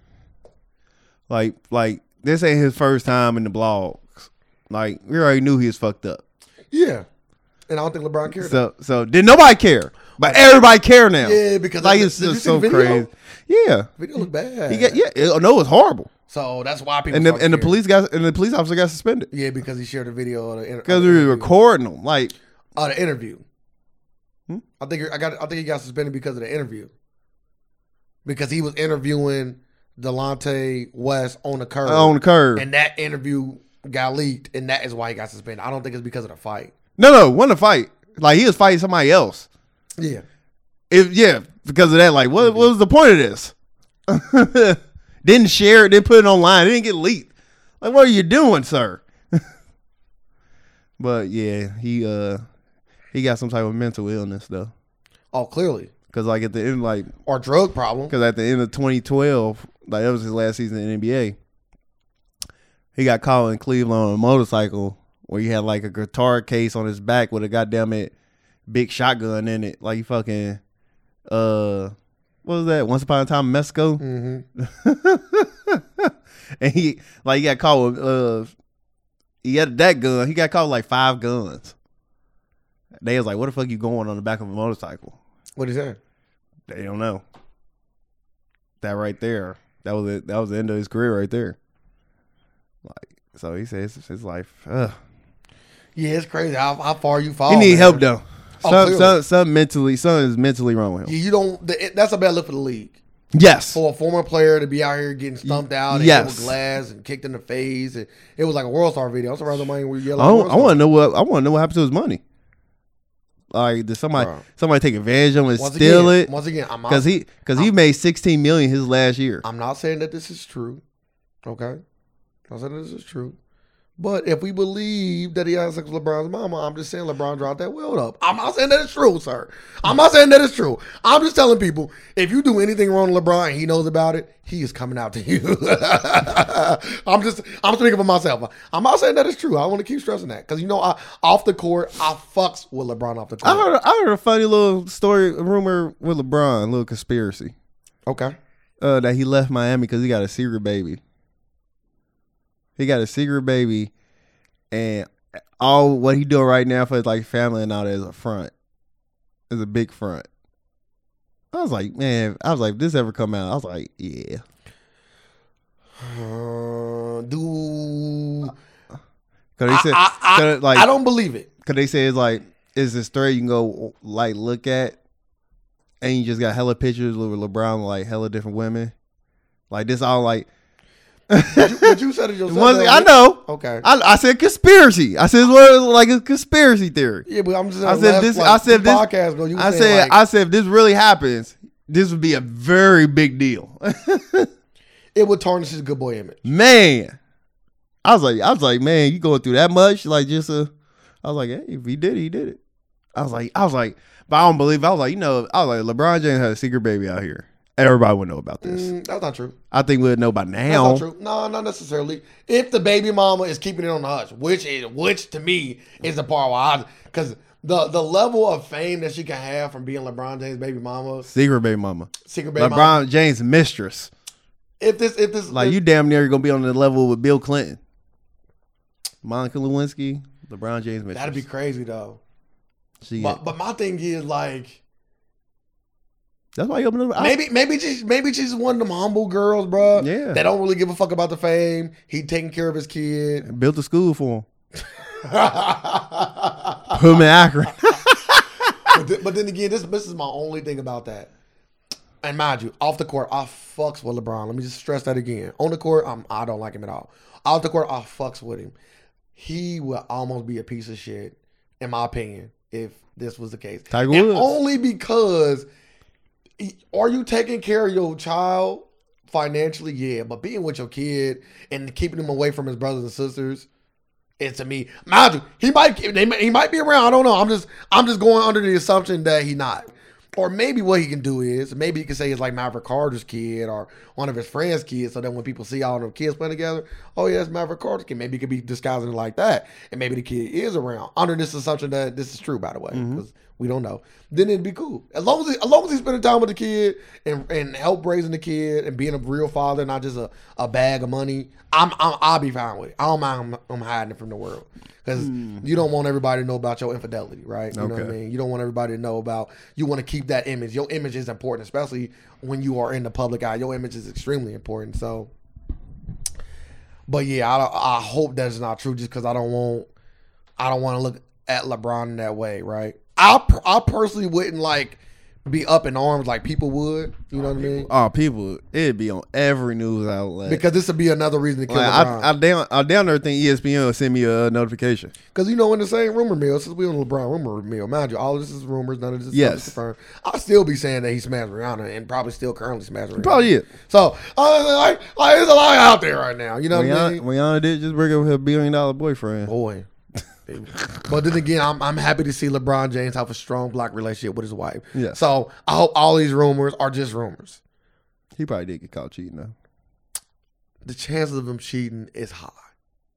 Like like this ain't his first time in the blogs. Like we already knew he was fucked up.
Yeah. And I don't think LeBron cared.
So so did nobody care, but everybody care now.
Yeah, because
like
of-
it's
did you
just
see the
so
video?
crazy. Yeah,
Video look bad.
he got, yeah. It, oh, no, it's horrible.
So that's why people.
And the,
fuck
and the
cared.
police got and the police officer got suspended
Yeah, because he shared a video of the, inter-
because
of
we
the
were
interview.
recording them. Like
Of the interview.
Hmm?
I think I got. I think he got suspended because of the interview. Because he was interviewing Delonte West on the curb,
on the curb.
and that interview got leaked, and that is why he got suspended. I don't think it's because of the fight.
No, no, won the fight. Like he was fighting somebody else.
Yeah.
If yeah, because of that, like what, what was the point of this? [laughs] didn't share it, didn't put it online, it didn't get leaked. Like, what are you doing, sir? [laughs] but yeah, he uh he got some type of mental illness though.
Oh, clearly.
Cause like at the end, like
Or drug problem.
Because at the end of 2012, like that was his last season in the NBA, he got caught in Cleveland on a motorcycle where he had like a guitar case on his back with a goddamn it big shotgun in it. Like he fucking uh, what was that? Once upon a time in Mexico, [laughs]
hmm
and he like he got caught with uh, he had that gun. He got caught with like five guns. They was like, "What the fuck you going on the back of a motorcycle?"
What is that?
they don't know. That right there, that was it. That was the end of his career right there. Like so, he says it's his life. Ugh.
Yeah, it's crazy how, how far you fall.
he need
man.
help though.
Oh,
Some,
clearly.
some, some mentally, something is mentally wrong with him.
Yeah, you don't. The, it- that's a bad look for the league.
Yes,
For a former player to be out here getting stumped out and hit
yes.
with glass and kicked in the face, and it was like a world star video. I'm surprised nobody was yelling.
I,
World Star.
want to know what I want to know what happened to his money. Like did somebody
Bruh.
somebody take advantage of him and
Once
steal
again,
it?
Once again, I'm not,
Because he because he made sixteen million his last year.
I'm not saying that this is true. Okay, I'm not saying that this is true. But if we believe that he has sex with LeBron's mama, I'm just saying LeBron dropped that will up. I'm not saying that it's true, sir. I'm not saying that it's true. I'm just telling people if you do anything wrong to LeBron and he knows about it, he is coming out to you. [laughs] I'm just I'm speaking for myself. I'm not saying that it's true. I want to keep stressing that because you know I off the court I fucks with LeBron off the
I
court.
heard I heard a funny little story rumor with LeBron, a little conspiracy.
Okay,
uh, that he left Miami because he got a secret baby. He got a secret baby, and all what he doing right now for his like family and all that is a front, is a big front. I was like, man, I was like, if this ever come out? I was like, yeah,
uh, do
because
I,
they said,
I- I-
'cause, like,
I don't believe it.
cause they said it's like, is this story you can go like look at, and you just got hella pictures with LeBron with, like hella different women, like this all like,
But you, but you
[laughs]
said it yourself.
Once-
though.
I know.
Okay.
I, I said conspiracy. I said it's what- like a conspiracy theory.
yeah, but I'm just.
I said
last,
this-
Like,
I said
two
this-
Podcasts ago, you
I said
like,
I said if this really happens, this would be a very big deal. [laughs]
it would tarnish his good boy image.
man, I was like I was like man, you going through that much? Like just a, I was like hey, if he did, it, he did it. I was like I was like, but I don't believe. it. I was like you know I was like LeBron James had a secret baby out here. Everybody would know about this.
Mm, that's not true.
I think we'd know by
That's
now.
not true. No, not necessarily. If the baby mama is keeping it on the hush, which is which to me is the part where I because the the level of fame that she can have from being LeBron James' baby mama,
Secret baby mama,
secret baby
LeBron
mama.
James mistress.
If this if this
Like
if-
you damn near gonna be on the level with Bill Clinton, Monica Lewinsky, LeBron James. Mistress.
that'd be crazy though.
She-
But but my thing is like.
that's why you opened up.
Maybe maybe she's maybe she's one of them humble girls, bro.
Yeah.
They don't really give a fuck about the fame. He taking care of his
[laughs]
kid.
I built a school for him.
but,
Put him in [laughs] Akron.
th- but then again, this this is my only thing about that. And mind you, off the court, I fucks with LeBron. Let me just stress that again. On the court, I'm, I don't like him at all. Off the court, I fucks with him. He would almost be a piece of shit, in my opinion, if this was the case.
Tiger
And
Woods.
only because are you taking care of your child financially? Yeah, but being with your kid and keeping him away from his brothers and sisters. And to me, mind you, he might they, may- he might be around. I don't know. I'm just I'm just going under the assumption that he not. Or maybe what he can do is maybe he can say it's like Maverick Carter's kid or one of his friends' kids. So then when people see all them kids playing together, oh yeah, it's Maverick Carter's kid. Maybe he could be disguising it like that, and maybe the kid is around under this assumption that this is true. By the way, because we don't know. Then it'd be cool as long as he, as long as he's spending time with the kid and and help raising the kid and being a real father, not just a, a bag of money. I'm, I'm I'll be fine with it. I don't mind him, him hiding it from the world because you don't want everybody to know about your infidelity, right? You know what I
Okay.
mean. You don't want everybody to know about. You want to keep that image. Your image is important, especially when you are in the public eye. Your image is extremely important. So, but yeah, I I hope that's not true, just because I don't want I don't want to look at LeBron in that way, right? I per- I personally wouldn't like be up in arms like people would. You know what I mean?
Oh, people, it'd be on every news outlet.
Because this would be another reason to kill
Like,
LeBron.
I, I down, I down there think E ESPN will send me a notification.
Because you know, in the same rumor mill, since we on the LeBron rumor mill, mind you, all of this is rumors, none of this
Yes.
stuff is confirmed. I'll still be saying that he smashed Rihanna and probably still currently smashed Rihanna.
Probably it.
So, uh, like, like, there's a lot out there right now. You know what I
Rihanna,
mean?
Rihanna did just break up with her billion dollar boyfriend.
Boy. [laughs] but then again, I'm, I'm happy to see LeBron James have a strong black relationship with his wife.
Yes.
So I hope all these rumors are just rumors.
He probably did get caught cheating though.
The chances of him cheating is high,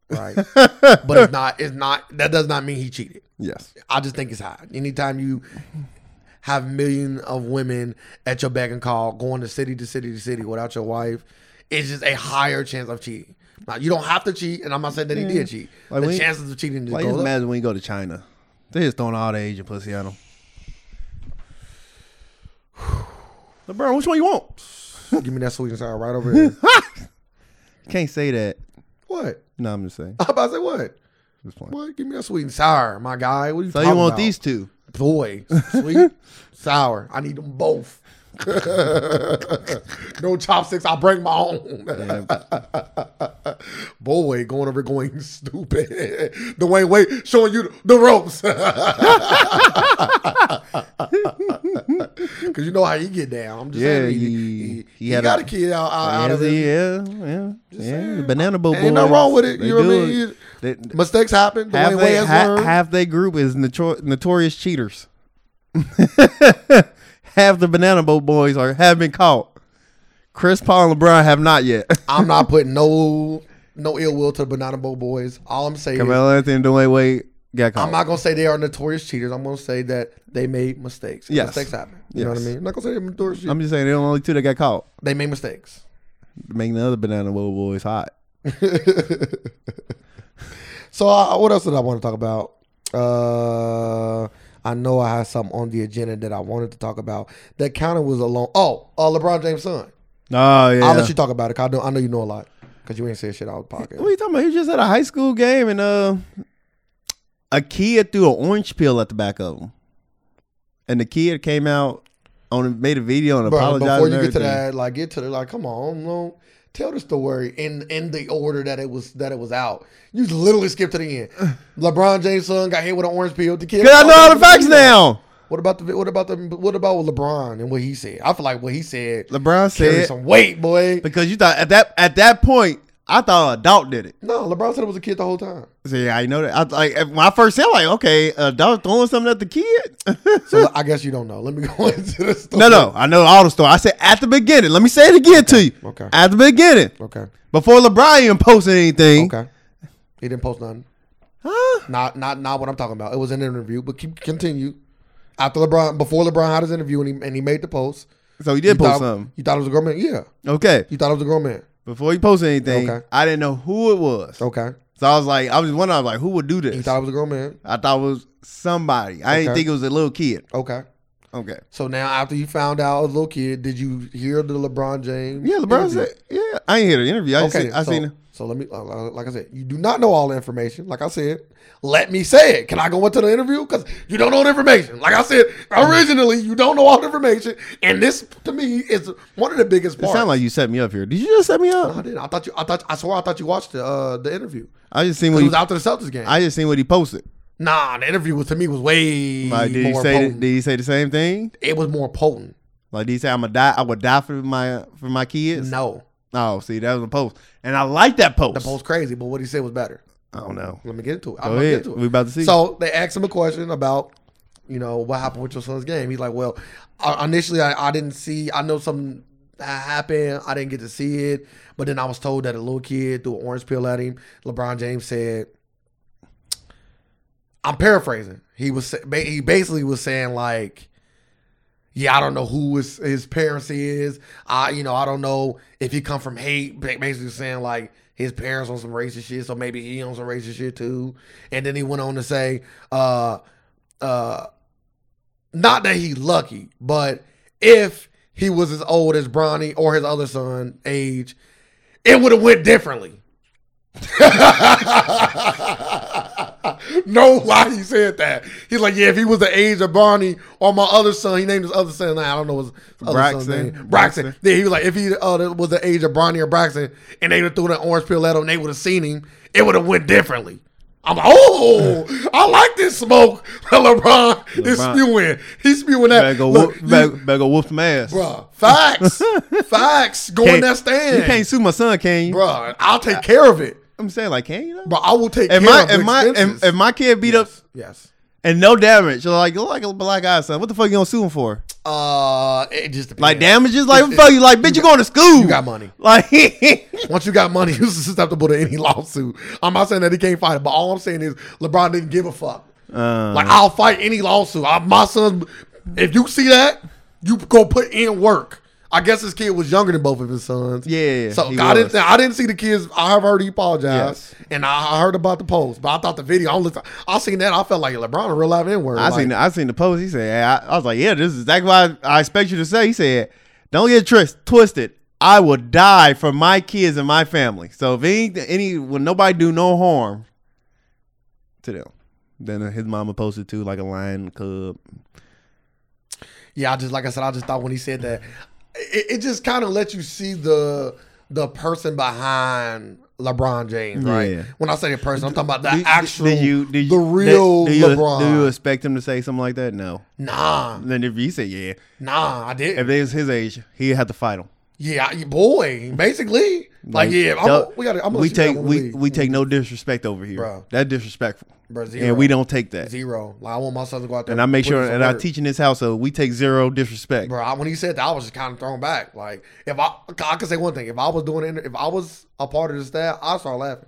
right?
[laughs] but
but it's not. It's not. That does not mean he cheated.
yes,
I just think it's high. Anytime you have million of women at your beck and call, going to city to city to city without your wife, it's just a higher chance of cheating. Now you don't have to cheat, and I'm not saying that he did cheat.
Like,
the
we-
chances of cheating just
like just
go up.
imagine when you go to China, they just throwing all the Asian pussy
[sighs]
at them. LeBron, which one you want?
Give me that sweet and sour
[laughs]
right over here.
Can't say that.
what?
No, I'm just
[laughs]
saying.
I'm about to say what?
Just playing.
What? Give me that sweet and sour, my guy. What are you
So
talking
you want
about?
these two?
boy
[laughs]
sweet sour? I need them both. [laughs] no chopsticks. I'll break my own. [laughs]
Damn.
Boy, going over going stupid. [laughs] Dwayne Wade showing you the ropes. [laughs] Cause you know how he get down. I'm just
Yeah,
saying he,
he-
he, he,
he had
got
a- Oh,
a, kid out, out, out of
yeah,
it.
yeah, yeah.
saying.
Banana boat.
Ain't nothing
boys,
wrong with it.
they
You know what I
do
mean?
it. They-
Mistakes happen.
half,
Dwayne Wade
they,
has
ha-
learned.
half they group is notor- notorious
[laughs]
cheaters. [laughs] half the banana boat boys are have been caught. Chris Paul and LeBron have not yet.
I'm not putting no no ill will to the Banana Boat Boys. All I'm saying is
Carmelo Anthony and Dwayne Wade got caught.
I'm not gonna say they are notorious cheaters. I'm gonna say that they made mistakes.
Yes.
Mistakes happen. You know what I
Yes.
mean? I'm not gonna say they're notorious cheaters.
I'm just saying they're the only two that got caught.
they made mistakes.
Making the other banana boat boys hot.
So I, what else did I want to talk about? Uh, I know I had something on the agenda that I wanted to talk about. That counter was alone. Oh, uh, LeBron James' son.
Oh yeah.
I'll let you talk about it. 'cause I know I know you know a lot because you ain't said shit out of pocket.
what are you talking about? He was just at a high school game and uh a kid threw an orange peel at the back of him. And the kid came out on made a video and
Bro,
apologized.
before
and
you get to
everything.
that, like get to the like, come on, no, tell the story in in the order that it was that it was out. You literally skipped to
[sighs]
the end. LeBron James' son got hit with an orange peel. The kid,
Cause I know all the
What about
facts now.
What about the what about the what about with LeBron and what he said? I feel like what he said
LeBron
carried
said
some weight, boy.
because you thought at that at that point I thought an adult did it.
No, LeBron said it was a kid the whole time.
[laughs] See, I know that. I like when I first said like, okay, a adult throwing something at the kid. [laughs]
So I guess you don't know. Let me [laughs] go into the story.
no, no, I know all the story. I said at the beginning. Let me say it again to you.
Okay.
At the beginning,
Okay.
before LeBron even posted anything.
Okay. He didn't post nothing.
Huh?
Not not not what I'm talking about. It was an interview, but keep continue. After LeBron, before LeBron had his interview and he, and he made the post,
So he did
you
post
thought,
something.
You thought it was a grown man? Yeah.
Okay.
You thought it was a grown man?
Before he posted anything,
Okay.
I didn't know who it was.
Okay.
So I was like, I was wondering, I was like, who would do
You
this?
thought it was a grown man?
I thought it was somebody. I didn't
Okay.
think it was a little kid.
Okay.
Okay.
So now, after you found out I was a little kid, did you hear the LeBron James?
Yeah, LeBron
interview?
said, yeah. I ain't hear the interview. I just
Okay,
seen, I
so,
seen it.
So let me, uh, uh, like I said, you do not know all the information. Like I said, let me say it. Can I go into the interview? Because you don't know the information. Like I said,
Mm-hmm.
originally, you don't know all the information, and this to me is one of the biggest
It
parts.
sound like you set me up here. Did you just set me
I
up?
did. I thought you. I thought. I swear. I thought you watched the uh, the interview.
I just seen
It
what he,
was after the Celtics game.
I just seen what he posted.
nah, the interview was to me was way
Like, did he
more
say?
potent.
Did he say the same thing?
it was more potent.
Like, did he say I'm gonna die? I would die for my for my kids.
No,
Oh, see, that was a post, and I like that post.
the post crazy, but what he said was better.
I don't know.
Let me get into it.
Go
I'm gonna
ahead.
get into it.
We about to see.
So they asked him a question about, you know, what happened with your son's game. He's like, well, I, initially I, I didn't see. I know something ha- happened. I didn't get to see it, but then I was told that a little kid threw an orange peel at him. LeBron James said, "I'm paraphrasing." He was sa- ba- he basically was saying like. Yeah, I don't know who his, his parents is. I, you know, I don't know if he come from hate. ba- Basically saying like his parents on some racist shit, so maybe he on some racist shit too. And then he went on to say, uh, uh, not that he lucky, but if he was as old as Bronny or his other son age, it would have went differently. [laughs] no lie, he said that. He's like, yeah, if he was the age of Barney or my other son, he named his other son. I don't know his other son's
Braxton.
name. Braxton. Yeah, he was like, if he uh, was the age of Barney or Braxton, and they would have threw that orange pill at him, and they would have seen him. It would have went differently. I'm like, oh, I like this smoke. [laughs] LeBron, is
LeBron.
spewing. He's spewing that.
Better go,
Look,
whoop,
you-
better, better go whoop some ass.
Bruh, facts,
[laughs]
facts. Go in
Can't-
that stand,
You can't sue my son, can you?
bruh. I'll take care of it,
I'm saying like, can you? Though?
but I will take
If
care
my
of
if
the
my if,
expenses.
if my kid beat up
yes.
and no damage, you're like you're like a black eye son. What the fuck you gonna sue him for?
Uh, it just depends.
Like damages? Like what
It's-
the
[laughs]
fuck you like? Bitch, you going to school?
you got money.
[laughs] Like
Once you got money, [laughs] you're susceptible to any lawsuit. I'm not saying that he can't fight it, but all I'm saying is LeBron didn't give a fuck.
Uh.
like I'll fight any lawsuit. I, my son, if you see that, you go put in work. I guess this kid was younger than both of his sons.
Yeah,
So
he
I didn't.
was.
I didn't see the kids. I have heard he apologized,
Yes.
and I, I heard about the post. But I thought the video. I only, I seen that. I felt like LeBron in real life N word.
I
like,
seen I seen the post. He said, hey, I, I was like, yeah, this is exactly what I, I expect you to say. He said, don't get tri- twisted. I will die for my kids and my family. So if any any when nobody do no harm to them. Then his mama posted too, like a lion cub.
Yeah, I just like I said, I just thought when he said that, it, it just kind of lets you see the the person behind LeBron James, right?
Yeah.
When I say the person, I'm talking about the
Did- did-
actual,
did you, did
the
you-
real
did- do you-
LeBron.
Do you expect him to say something like that? No.
nah,
Then if you say yeah,
nah, I didn't.
if they was his age, he'd have to fight him.
yeah, I- boy, basically, like, yeah, I'm,
duh,
we got. I'm gonna
we
shoot that
take
one
we,
league.
we take no disrespect over here.
Bruh.
That disrespectful,
Bruh, zero.
and we don't take that.
zero. Like I want my son to go out there
And I make
put in
sure,
some
and I
work.
teach in this household, we take zero disrespect.
Bro, I, when he said that, I was just kind of thrown back. Like, if I, I could say one thing, if I was doing, it, if I was a part of the staff, I start laughing.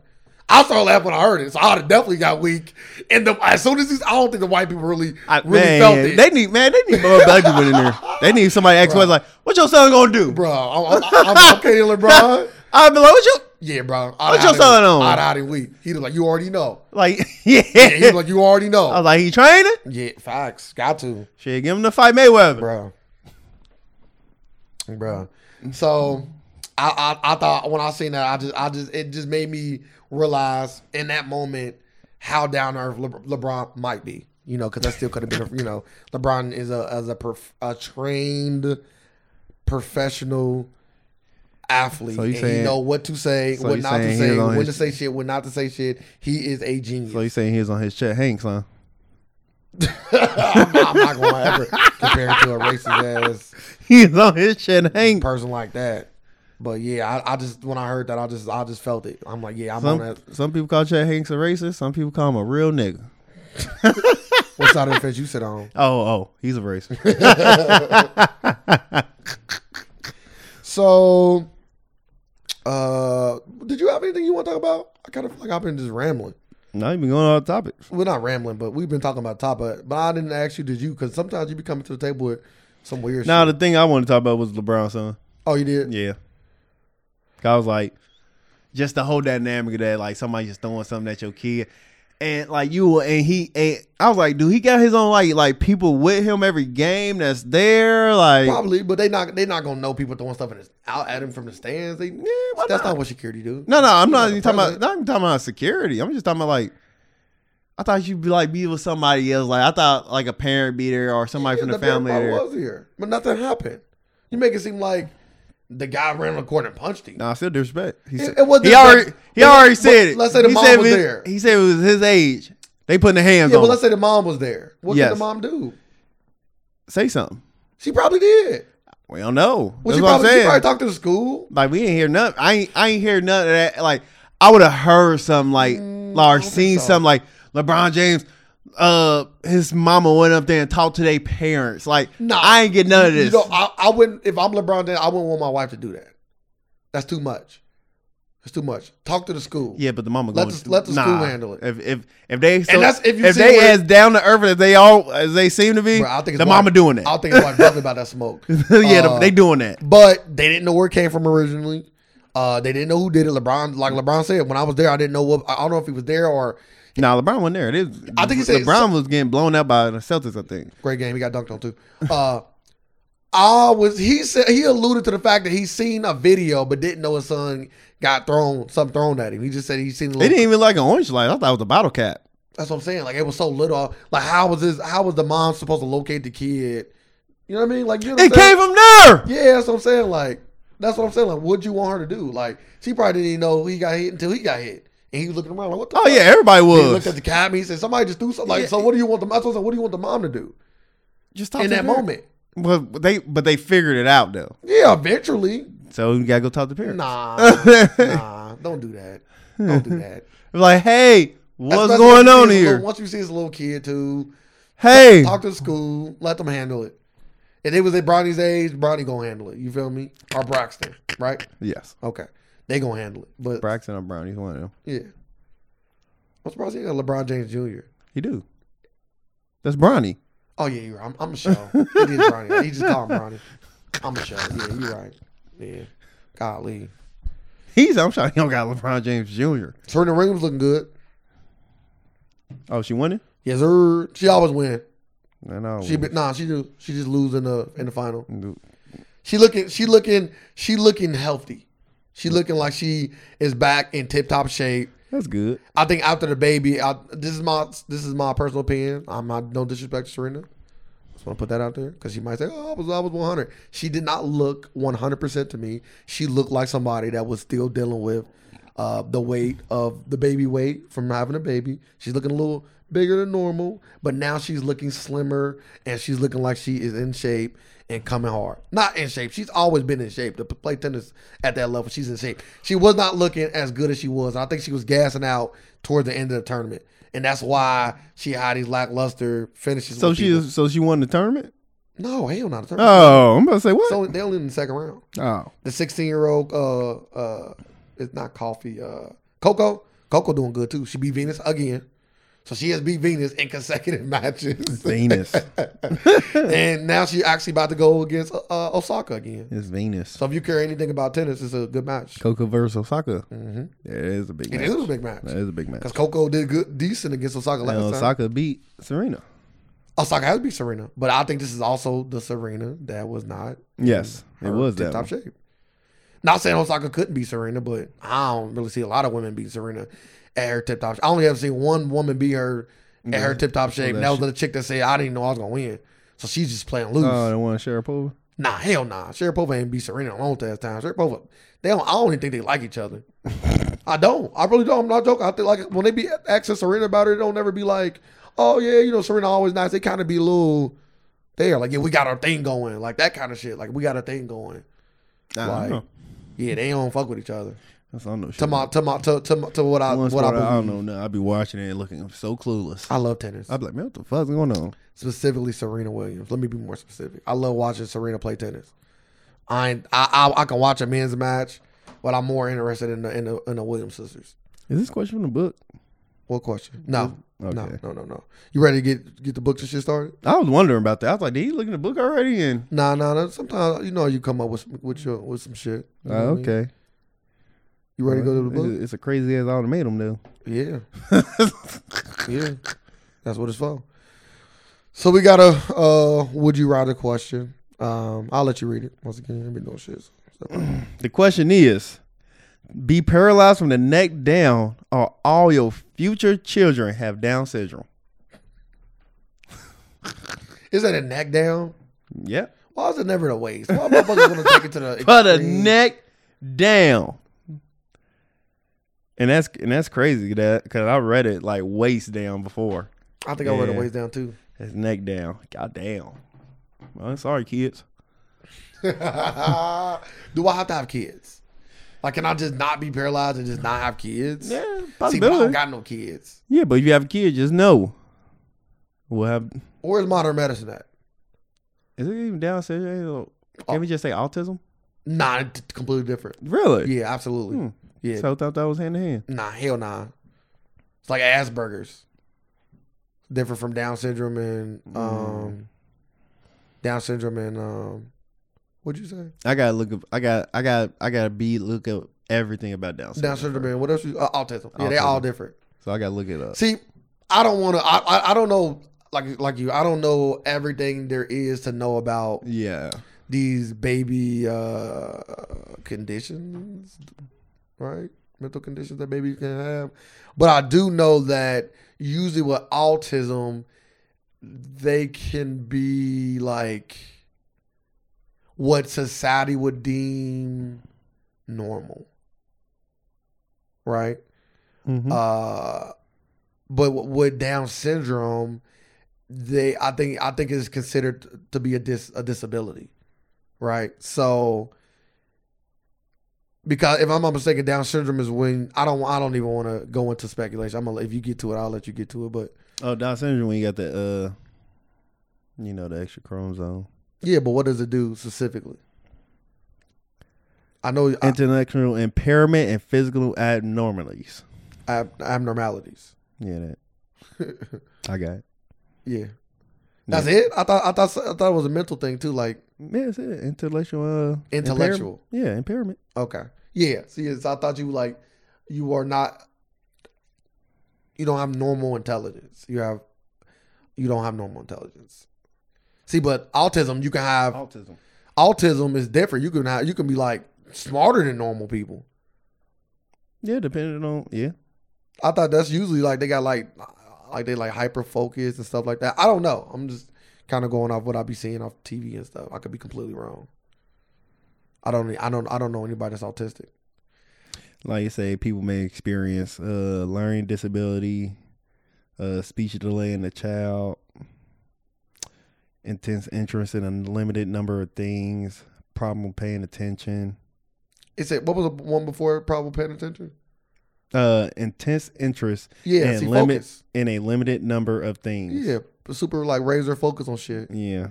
I started laughing when I heard it, so I would've definitely got weak. And the, as soon as these, I don't think the white people really,
I-
really
man,
felt it.
they need man, they need more black people in
[laughs]
there. They need somebody to ask questions like, "What your son gonna do?" [laughs]
bro, I'm, I'm, I'm, I'm Katie LeBron. [laughs]
I'd be like, "What you
Yeah, bro. I'd
What
had
your
him-
son on?
I'd had him weak. He was like, you
[laughs]
already know.
like?" Yeah,
Yeah, he was like, you already know.
I was like, "He training?
yeah, facts. Got to.
Shit, give him the fight Mayweather."
bro, bro. So I, I I thought when I seen that, I just I just it just made me realize in that moment how down to earth Le- LeBron might be. You know, because that still could have been. A, you know, LeBron is a as a, prof, a trained professional athlete.
So you
and he
saying-
know what to say,
so
what
you
not to
saying he
say,
was on his-
when to say shit, when not to say shit. He is a genius.
So you saying he was on his Chet Hanks, huh?
I'm, not- I'm not going to ever compare him to a racist ass.
[laughs] He was on his Chet Hanks.
person like that. But yeah, I, I just when I heard that, I just I just felt it. I'm like, yeah, I'm on
Some
that.
some people call Chet Hanks a racist. Some people call him a real nigga.
What side of the fence you sit on?
Oh, oh, he's a racist.
[laughs] So, uh, did you have anything you want to talk about? I kind of feel like I've been just rambling.
Not even going on topics.
We're not rambling, but we've been talking about topic. But I didn't ask you, did you? Because sometimes you be coming to the table with some weird.
Now
shit.
the thing I want to talk about was LeBron, son.
Oh, you did.
Yeah, 'Cause I was like, just the whole dynamic of that, like somebody just throwing something at your kid, and like you were- and he and I was like, dude, he got his own like like people with him every game that's there, like
Probably, but they not they not gonna know people throwing stuff in his, out at him from the stands. They,
why
that's not?
not?
what security do.
No, no, I'm not
the
even talking about.
president.
Not even talking about security. I'm just talking about like. I thought you'd be like be with somebody else. Like I thought like a parent be there or somebody from the,
Yeah,
family
parent
there.
probably was here, but nothing happened. You make it seem like the guy ran on the corner and punched him.
Nah, still disrespect. He, said,
it wasn't
he already
disrespect.
he
But-
already
but
said it.
let's say the
he
mom
said
was
it-
there.
He said it was his age. They putting the hands
Yeah,
on.
but let's
him.
say the mom was there. What
Yes.
did the mom do?
Say something.
She probably did.
We don't know.
Well,
That's
she
what
probably,
I'm
she
saying.
probably talked to the school.
like we ain't hear nothing. I ain't I ain't hear nothing of that. Like I would have heard something like
Mm,
or seen something like LeBron James. Uh, his mama went up there and talked to their parents. Like
Nah.
I ain't get none of this.
You know, I, I wouldn't. If I'm LeBron, then I wouldn't want my wife to do that. That's too much. That's too much. Talk to the school.
Yeah, but the mama
Let
going
the- let the
nah.
school handle it.
If if if they so,
that's if
if,
you see
they
where-
as down to earth as they all as they seem to be,
Bro, I think it's
the
white-
mama doing it.
I think it's white brother about that smoke.
[laughs] yeah,
Uh,
the, they doing that.
But they didn't know where it came from originally. Uh, they didn't know who did it. LeBron, like LeBron said, when I was there, I didn't know what. I don't know if he was there or
Nah, LeBron wasn't there. It is.
I think he said-
LeBron was getting blown out by the Celtics. I think.
Great game. He got dunked on too. Uh, I was. He said he alluded to the fact that he seen a video but didn't know his son got thrown something thrown at him. He just said he seen. a
They
little-
didn't even like an orange light. I thought it was a bottle cap.
That's what I'm saying. Like it was so little. Like how was this? How was the mom supposed to locate the kid? You know what I mean? Like you know what I'm
It
saying?
came from there.
Yeah, that's what I'm saying. Like, that's what I'm saying. Like, what'd you want her to do? Like, she probably didn't even know he got hit until he got hit. And he was looking around like, what the
Oh
fuck?
yeah, everybody
He looked at
was.
the cab and he said, somebody just do something. Like,
Yeah.
so what do you want the, that's what I said, what do you want the mom to do
Just talk
in
to
that
the parent.
moment?
But they but they figured it out though.
Yeah, eventually.
So you gotta go talk to parents.
Nah,
[laughs]
nah, don't do that. Don't do that.
Like, hey, [laughs] what's
Especially
going
once you see
on
his
here?
little- once you see his little kid too,
hey,
talk to the school, let them handle it. And it was at Bronny's age, Bronny gonna handle it. You feel me? Or Braxton, right?
yes,
Okay, they gonna handle it. But
Braxton or Brown, he's one of them.
Yeah. I'm surprised he got LeBron James Jr.
He do. That's Bronny.
Oh yeah, you're right. I'm, I'm a show. it is Bronny. He just called him Bronny. I'm a show. Yeah, you're right. Yeah. Golly.
He's. I'm sure he don't got LeBron James Jr.
Serena Williams looking good.
Oh, she winning?
Yes, sir. She always win.
I know.
She be- nah, she do. She just lose in the in the final.
Dude,
She looking. She looking. She looking healthy. She looking like she is back in tip top shape.
That's good.
I think after the baby, I, this is my this is my personal opinion. I'm not no disrespect to Serena. Just want to put that out there because she might say, "Oh, I was I was 100." She did not look 100 percent to me. She looked like somebody that was still dealing with uh, the weight of the baby weight from having a baby. She's looking a little bigger than normal, but now she's looking slimmer and she's looking like she is in shape and coming hard. Not in shape. She's always been in shape to play tennis at that level. She's in shape. She was not looking as good as she was. I think she was gassing out towards the end of the tournament. And that's why she had these lackluster finishes.
So
with people.
she. So she won the tournament.
No, hell not a tournament.
Oh, I'm about to say what?
so they only in the second round.
oh,
The sixteen year old uh uh it's not coffee, uh Coco. Coco doing good too. She beat Venus again. So she has beat Venus in consecutive [laughs] matches. [laughs]
Venus.
and now she actually about to go against uh, Osaka again.
it's Venus.
So if you care anything about tennis, it's a good match.
Coco versus Osaka. Mm-hmm. Yeah, it is a big.
It
match.
is a big match.
That is a big match.
Because Coco did good decent against Osaka last
And
time.
Osaka beat Serena.
Osaka has beat Serena. But I think this is also the Serena that was not
Yes, it was that.
top
one.
shape. Not saying Osaka couldn't beat Serena, but I don't really see a lot of women beat Serena at her tip top. I only have seen one woman beat her at her tip top shape. And that was the chick that said I didn't know I was gonna win, so she's just playing loose.
Oh, the one Sharapova.
nah, hell nah. Sharapova ain't beat Serena in a long ass time. Sharapova, they don't. I don't even think they like each
[laughs]
other. I don't. I really don't. I'm not joking. I think like when they be asking Serena about it, they don't ever be like, oh yeah, you know Serena always nice. They kind of be a little there, like yeah, we got our thing going, like that kind of shit. Like we got our thing going.
I
Like,
don't know.
Yeah, they don't fuck with each other.
That's I don't know. shit
To my to my to to, my- to what I
about. One
what I
sport
believe.
I
I,
don't know. No, I'd be watching it and looking so clueless.
love tennis,
I'd be like, man, what the fuck's going on?
specifically Serena Williams. Let me be more specific. I love watching Serena play tennis. I ain't- I I, I can watch a men's match, but I'm more interested in the in the, in the Williams sisters.
Is this a question from the book?
What question? No, no,
Mm-hmm. Okay.
no, no, no. You ready to get get the books and shit started?
I was wondering about that. I was like, did he look in the book already? And
Nah, nah, nah. Sometimes you know you come up with some- with your with some shit. You know
Ah,
what I mean?
okay.
You Uh, ready to go to the book?
It's, it's a crazy as I made him though.
Yeah. yeah. That's what it's for. So we got a uh would you rather question. Um I'll let you read it once again. I be doing shit.
The question is, be paralyzed from the neck down, or all your future children have Down syndrome.
Is that a neck down?
Yep.
Why is it never the waist? Why motherfuckers wanna take it
[laughs]
to the
Put a
extreme?
neck down. And that's and that's crazy that because I read it like waist down before.
I think I read the
Yeah.
waist down too. [laughs]
His neck down. God damn. Well, sorry, kids.
Do I have to have kids? Like can I just not be paralyzed and just not have kids? See, but I
possibility.
don't got no kids.
yeah, but if you have a kid, just know. We'll have.
Where's modern medicine at?
Is it even Down syndrome? Can we just say autism?
Nah, it's completely different.
Really?
Yeah, absolutely.
Hmm.
Yeah.
So I thought that was hand in hand.
Nah, hell nah. It's like Asperger's. Different from Down syndrome and um Down syndrome and um what'd you say?
I gotta look up. I got. I got. I gotta be look up everything about Down syndrome.
Down syndrome and what else you uh, autism. Yeah, they're all
Autism.
different.
So I gotta look it up.
See, I don't wanna I, I I don't know like like you, I don't know everything there is to know about
Yeah.
these baby uh conditions. Right? mental conditions that babies can have. But I do know that usually with autism, they can be like what society would deem normal. Right?
Mm-hmm.
Uh, but w- with Down syndrome, they I think I think is considered to be a dis a disability, right? So because if I'm not mistaken, Down syndrome is when I don't I don't even want to go into speculation. I'm gonna if you get to it, I'll let you get to it. But
oh, Down syndrome when you got the uh, you know, the extra chromosome,
yeah, but what does it do specifically? I know I-
intellectual impairment, and physical abnormalities.
ab- abnormalities. [laughs]
Yeah, that. I got it.
Yeah, that's it. I thought I thought I thought it was a mental thing too, like
Yeah, that's it. Intellectual. Uh, impairment.
intellectual.
yeah, impairment.
Okay. Yeah. See, it's, I thought you like you are not. You don't have normal intelligence. You have, you don't have normal intelligence. See, but autism, you can have
Autism.
autism is different. You can have you can be like smarter than normal people.
Yeah, depending on yeah.
I thought that's usually like they got like like they like hyper focused and stuff like that. I don't know. I'm just kind of going off what I be seeing off TV and stuff. I could be completely wrong. I don't. I don't. I don't know anybody that's autistic.
like you say, people may experience uh, learning disability, uh, speech delay in the child, intense interest in a limited number of things, problem paying attention,
It said what was the one before? Probably paying attention.
uh, intense interest
Yeah,
and
see,
limit
focus.
in a limited number of things.
Yeah, but super like razor focus on shit.
Yeah.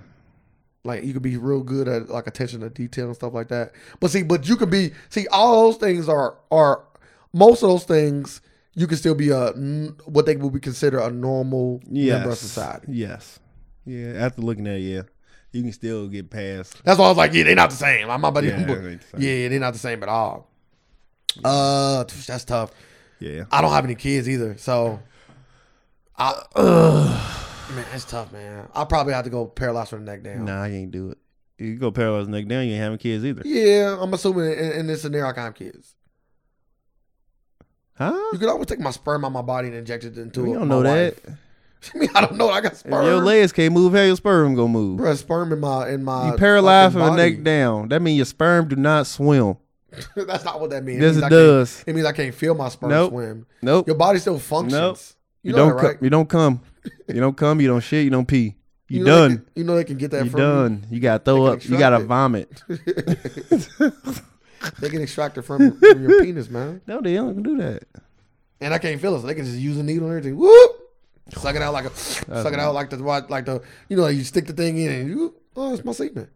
Like you could be real good at like attention to detail and stuff like that. But see, but you can be see all those things are are most of those things you can still be a n- what they would be consider a normal member of
Yes.
society.
Yes. Yeah. After looking at it, yeah, you can still get past.
That's why I was like, yeah, they're not the same. I'm not about to-
Yeah, they ain't the same.
yeah, they're not the same at all. Uh, that's tough.
Yeah.
I don't have any kids either, so I ugh, man, that's tough, man. I probably have to go paralyzed from the neck down.
Nah, I can't do it. You go paralyzed neck down, you ain't having kids either.
Yeah, I'm assuming in, in this scenario I can have kids.
Huh?
You could always take my sperm out of my body and inject it into.
We
a-
don't
my
know that.
wife. [laughs] I mean, I don't know. I got
If
sperm.
your legs can't move, how your sperm gonna move?
Bruh, sperm in my in my.
you paralyzed
fucking
from the neck
body.
down. That means your sperm do not swim.
[laughs] That's not what that means.
Yes, it
means I can't-
does.
It means I can't feel my sperm
Nope.
swim.
Nope.
Your body still functions.
Nope.
You,
you
know
don't.
that,
co-
right?
you don't come. You don't come. You don't shit. You don't pee. You,
know they
done.
can- you know they can get that
You
from you.
done. You gotta throw
They can
up. You gotta
extract it.
vomit.
They can extract it from, from
[laughs]
your penis, man.
No, they don't do that.
And I can't feel it, so they can just use a needle and everything. Whoop! Suck it out like a, suck it out like the like the you know you stick the thing in and you oh it's my semen.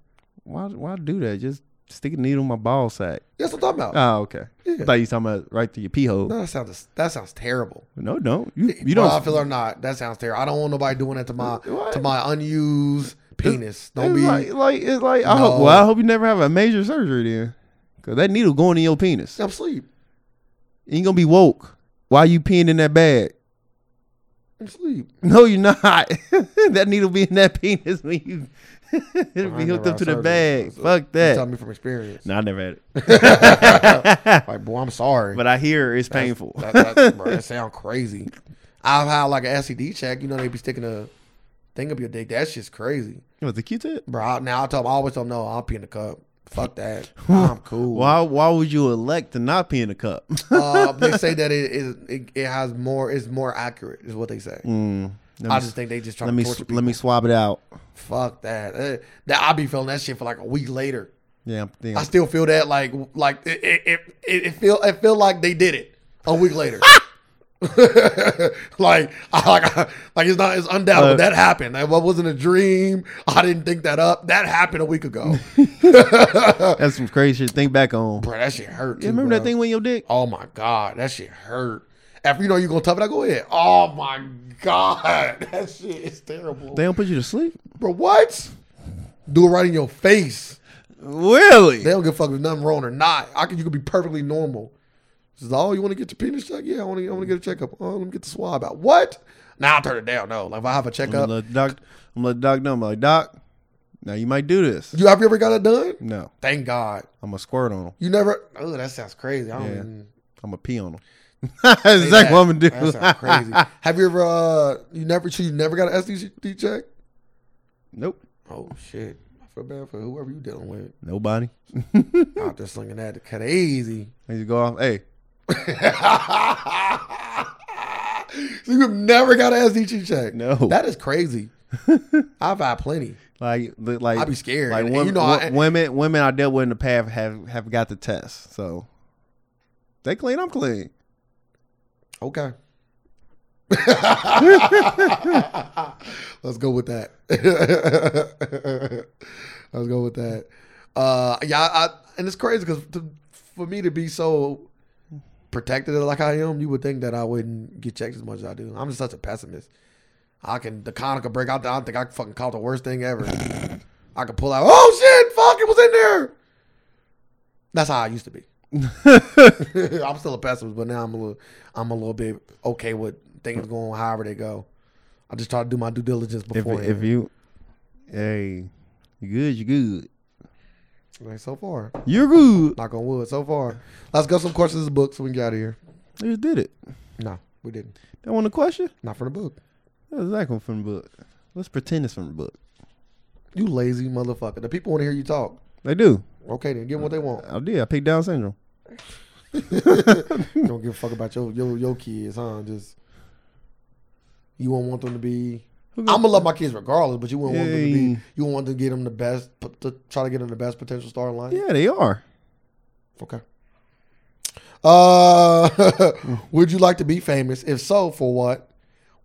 Why? Why do that? Just stick a needle in my ball sack.
That's what I'm talking about.
Oh, okay.
Yeah.
I thought you talking about right through your pee hole.
No, that sounds that sounds terrible.
No, don't. You you
Whether
don't.
I feel or not, that sounds terrible. I don't want nobody doing that to my
What?
to my unused penis. Don't
it's
be
like, like it's like. I hope,
No.
well, I hope you never have a major surgery then, because that needle going in your penis.
I'm asleep.
You ain't gonna be woke while you peeing in that bag. [laughs]
I'm asleep.
No, you're not. [laughs] that needle be in that penis when you [laughs] it'll
I
be
ain't
hooked
never
up to the
had surgery,
bag.
so
Fuck
You tell
that.
me from experience.
No, I never had it,
[laughs] Like, boy, I'm
[laughs]
sorry.
but I hear it's painful.
that, that, bro,
[laughs]
that sound crazy. I've had like an STD check. You know they be sticking a thing up your dick. That shit's crazy,
With the Q-tip?
bro. I, now I tell them, I always tell them, no, I'll pee in the cup. Fuck that. I'm
[laughs]
cool.
Why? Why would you elect to not pee in a cup? [laughs]
uh, they say that it is it, it has more is more accurate is what they say.
Mm, let me,
I
s-
just think they just trying
let
to
me
torture
s- let me swab it out.
Fuck that. Eh, that I be feeling that shit for like a week later.
Yeah, I'm thinking.
[laughs] I still feel that like like it it, it, it it feel it feel like they did it a week
[laughs]
later. [laughs] like I like I, like it's not it's
Uh,
undoubtable that happened. That wasn't a dream. I didn't think that up. That happened a week
[laughs]
ago.
that's some crazy shit. to Think back on.
bro, that shit hurt. Too,
Yeah, remember that
bro.
thing with your dick?
Oh my god, that shit hurt. After you know you're gonna tough it, I go ahead. Oh my god, [laughs] that shit is terrible.
They don't put you to sleep.
Bro, what? Do it right in your face.
Really?
They don't give a fuck if nothing wrong or not. I can you could be perfectly normal. This is all you want to get your penis checked? Yeah, I want to. I want to get a checkup. Oh, let me get the swab out. What? Nah, I'll turn it down. No, like if I have a
I'm
checkup,
gonna let the doc. I'm gonna let the doc know. I'm like doc. Now you might do this.
you have you ever got it done?
No,
Thank God.
I'm gonna squirt on him.
You never. Oh, that sounds crazy. I don't
Yeah.
even,
I'm gonna pee [laughs] on them. That's exactly what I'm gonna do.
That sounds
[laughs]
crazy. Have you ever? uh You never? So you never got an STD check?
nope.
Oh shit! I feel bad for whoever you dealing with.
Nobody.
Out there slinging that crazy. [laughs]
I just go off. Hey,
so you've never got an SDG check?
No.
That
[laughs]
is crazy. I've had plenty.
like, li- like
I'd be scared.
Like
And
women,
you know, I-
women, women I dealt with in the past have have got the test, so they clean. I'm clean. [laughs]
Okay. [laughs] Let's go with that. [laughs] Let's go with that. Uh, yeah, I, and it's crazy because for me to be so protected like I am, you would think that I wouldn't get checked as much as I do. I'm just such a pessimist. I can the conical break out. I think I can fucking call it the worst thing ever. I could pull out. Oh shit! Fuck! It was in there. That's how I used to be. [laughs] I'm still a pessimist, but now I'm a little, I'm a little bit okay with things going however they go. I just try to do my due diligence
If
before.
if you, hey, you good, you good,
like so far,
you're good.
knock on wood. So far, let's go some questions of the book so we can get out of here.
I just did it.
No, we didn't.
That one the question.
Not from the book.
That's exactly from the book. Let's pretend it's from the book.
You lazy motherfucker. The people want to hear you talk.
They do.
Okay, then give them what they
[laughs]
want.
I did. I picked Down syndrome.
You don't give a fuck about your your your kids, huh? Just you won't want them to be. I'm gonna love my kids regardless, but you wouldn't want them to
Yeah.
be. You want to get them the best, put to try to get them the best potential starting line.
Yeah, they are.
Okay. Uh, [laughs] would you like to be famous? If so, for what?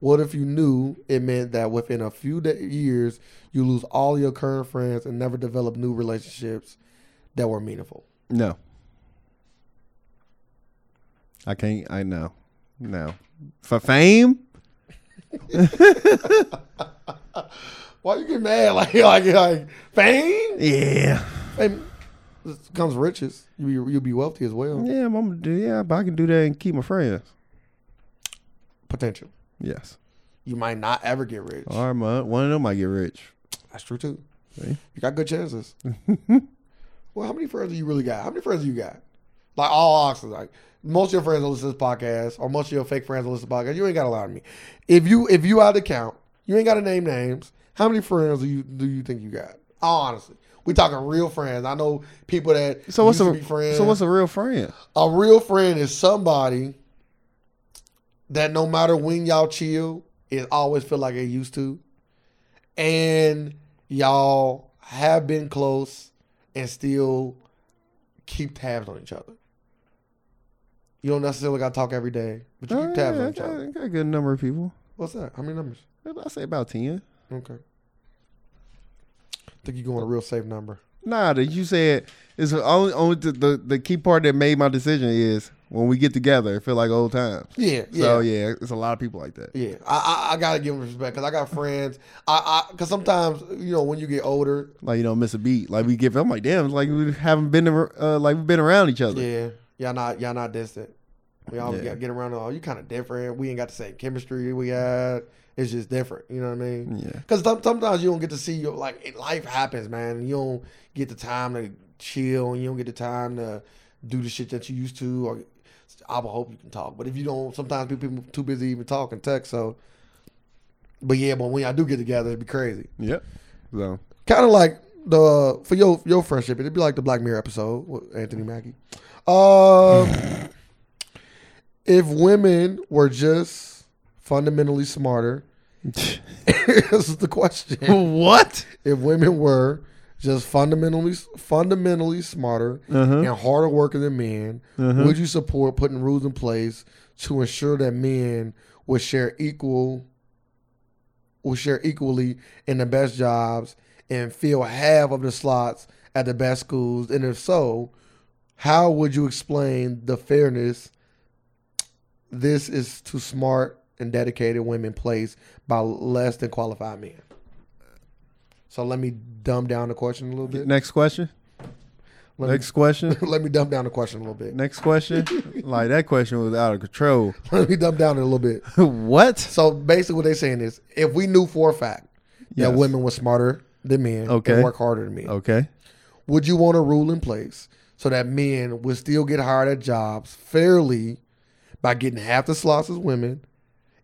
What if you knew it meant that within a few da- years you lose all your current friends and never develop new relationships that were meaningful?
No. I can't. I know. No. For fame?
Why you get mad? [laughs] Like like like fame?
Yeah.
Fame just comes riches. You be, you'll be wealthy as well.
Yeah, I'm gonna do. Yeah, but I can do that and keep my friends.
Potential.
Yes.
You might not ever get rich.
Or my, one of them might get rich.
That's true too.
See?
You got
[laughs]
good chances. well, how many friends do you really got? How many friends do you got? Like all oxen, like most of your friends that listen to this podcast, or most of your fake friends that listen to this podcast. You ain't got a lot of me. If you if you out the count, you ain't got to name names. How many friends do you do you think you got? Honestly, we talking real friends. I know people that
So what's
used to
a
be friends.
so what's a real friend?
A real friend is somebody that no matter when y'all chill, it always feel like it used to. And y'all have been close and still keep tabs on each other. You don't necessarily gotta talk every day, but you
Oh,
keep
yeah,
tabs on
I,
each
got, I
other.
got a good number of people.
What's that? How many numbers?
I say about ten.
Okay. think you're going a real safe number.
Nah, that you said is the only only the, the the key part that made my decision is when we get together, it feel like old times.
Yeah, yeah.
So yeah, it's a lot of people like that.
Yeah, I, I, I gotta give him respect because I got friends. I, I, because sometimes you know when you get older,
Like you don't miss a beat. Like we give. I'm like damn. It's like we haven't been ar- uh, like we've been around each other.
yeah, y'all not y'all not distant. We all
Yeah.
got get around. Oh, you kind of different. We ain't got the same chemistry we had. It's just different. You know what I mean?
Yeah.
Because sometimes you don't get to see your like it- life happens, man. You don't get the time to chill, and you don't get the time to do the shit that you used to. Or I would hope you can talk, but if you don't, sometimes people too busy even talking text. So, but yeah, but when I do get together, it'd be crazy.
Yep. So
kind of like the for your your friendship. It'd be like the Black Mirror episode with Anthony Mackie. Um, [laughs] if women were just fundamentally smarter, [laughs] this is the question.
[laughs] what?
If women were just fundamentally fundamentally smarter
Uh-huh,
and harder working than men, would you support putting rules in place to ensure that men would share equal will share equally in the best jobs and fill half of the slots at the best schools? And if so, how would you explain the fairness this is to smart and dedicated women placed by less than qualified men? So let me dumb down the question a little bit. [laughs]
Next question.
Let,
Next question.
me, let me dumb down the question a little bit. [laughs]
Next question. like that question was out of control.
Let me dumb down it a little bit.
what?
So basically, [laughs] what they're saying is, if we knew for a fact that
Yes.
women were smarter than men
Okay.
and work harder than men,
Okay.
would you want a rule in place so that men would still get hired at jobs fairly by getting half the slots as women,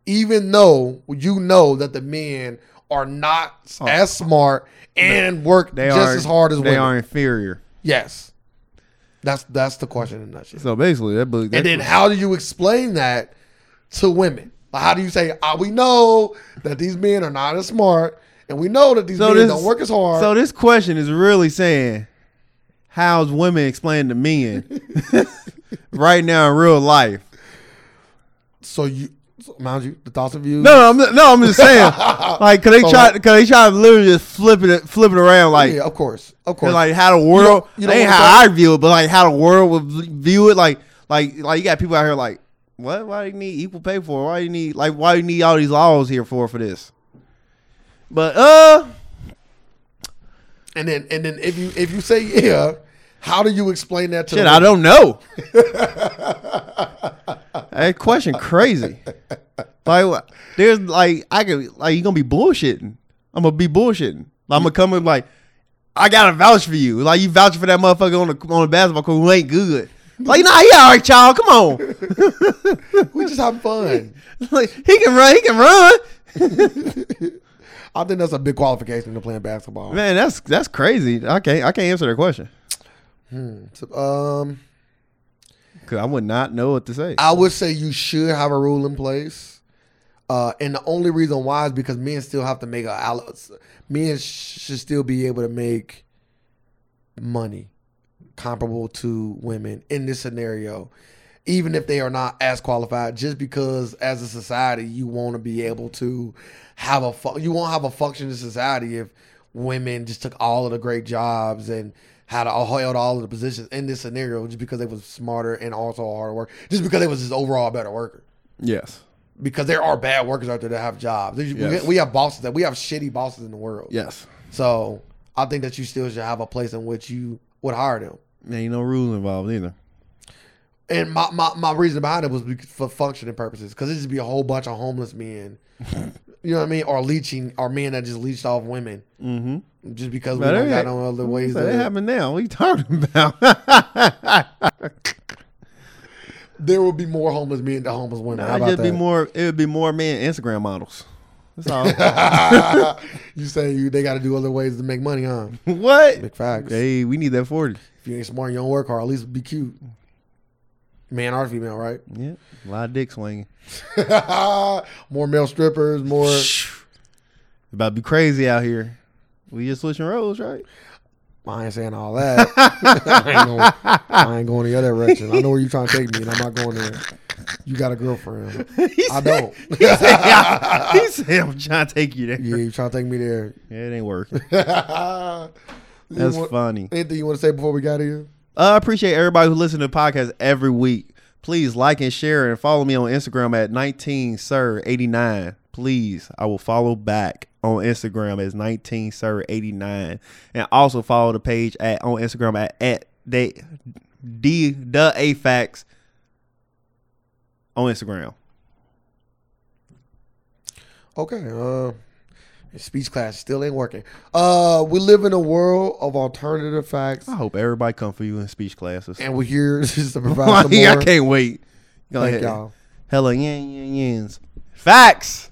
even though you know that the men are not
Oh.
as smart and work
They
just
are
as hard as
they
women.
are inferior.
Yes, that's that's the question in a nutshell.
So basically, that book.
And then how do you explain that to women? Like, How do you say, ah, we know that these men are not as smart, and we know that these men don't work as hard.
So this question is really saying, how's women explain to
[laughs]
men right now in real life?
So you, so, mind you, the thoughts of you.
No, no, I'm, not- no, I'm just
[laughs]
saying, like, cause they
So,
try, cause they try to literally just flip it, flip it around, like,
yeah, of course, of
And,
course.
like how the world
you don't
ain't
wanna
how I view it, but like how the world would view it. Like like like you got people out here like what? Why do you need equal pay for? it? Why do you need like why do you need all these laws here for for this? But uh,
and then, and then, if you if you say yeah, how do you explain that to?
shit,
the
I don't know. [laughs] that question crazy. Like what- there's like I could like you gonna be bullshitting. I'm gonna be bullshitting. I'm gonna come in like I gotta vouch for you. Like you vouch for that motherfucker on the on the basketball court who ain't good. Like nah, he all right, child. Come on. [laughs]
women? We just having fun.
like he can run, he can run.
I think that's a big qualification to playing basketball.
Man, that's that's crazy. I can't I can't answer that question
So, um,
because I would not know what to say.
I would say you should have a rule in place. Uh, and the only reason why is because men still have to make a allo- men sh- should still be able to make money comparable to women in this scenario, even if they are not as qualified. Just because as a society you want to be able to have a fu- you won't have a functioning society if women just took all of the great jobs and had all, held all of the positions in this scenario just because they was smarter and also harder work, just because they was just overall a better worker
yes,
because there are bad workers out there that have jobs. There's-
Yes.
We, we have bosses that we have shitty bosses in the world.
yes.
So I think that you still should have a place in which you would hire them.
There ain't no rules involved either.
And my, my, my reason behind it was bec- for functioning purposes because it'd just be a whole bunch of
[laughs]
homeless men. you know what I mean? Or leeching, or men that just leached off women
Mm-hmm.
just because we
But
don't
it
got
ain't-
no other ways.
So
to-
that happened now. What you talking [laughs] about?
there would be more homeless men than homeless women. How
I'd
about
just
that?
be more. It would be more men Instagram models. That's all. [laughs]
[laughs] you say you they got to do other ways to make money, huh?
what?
Big facts.
Hey, we need that forty.
If you ain't smart, you don't work hard. At least be cute.
Mm.
Man or female, right? [laughs]
Yeah, a lot of dick swinging.
more male strippers, more.
About to be crazy out here. We just switching roles, right? [laughs]
I ain't saying all [laughs] that. I, ain't going, I ain't going the other direction. I know where you're trying to take me, and I'm not going there. You got a girlfriend.
He
I
said-
[laughs] don't.
He said, [laughs] he said, "I'm trying to take you there."
Yeah, you trying to take me [laughs] there.
Yeah, it ain't working.
You
That's
want-
funny.
Anything you want to say before we got here?
I appreciate everybody who listens to the podcast every week. Please like and share and follow me on Instagram at 19sir89. Please, I will follow back on Instagram as 19sir89. And also follow the page at on Instagram at, at they, D, the AFAX on Instagram.
Okay. Uh, speech class still ain't working. Uh, we live in a world of alternative facts,
I hope everybody come for you in speech classes. [laughs]
and we're here [laughs] just to provide
Like,
some more.
I can't wait. Go
Thank
ahead.
y'all.
Hella yin yin yins. Facts.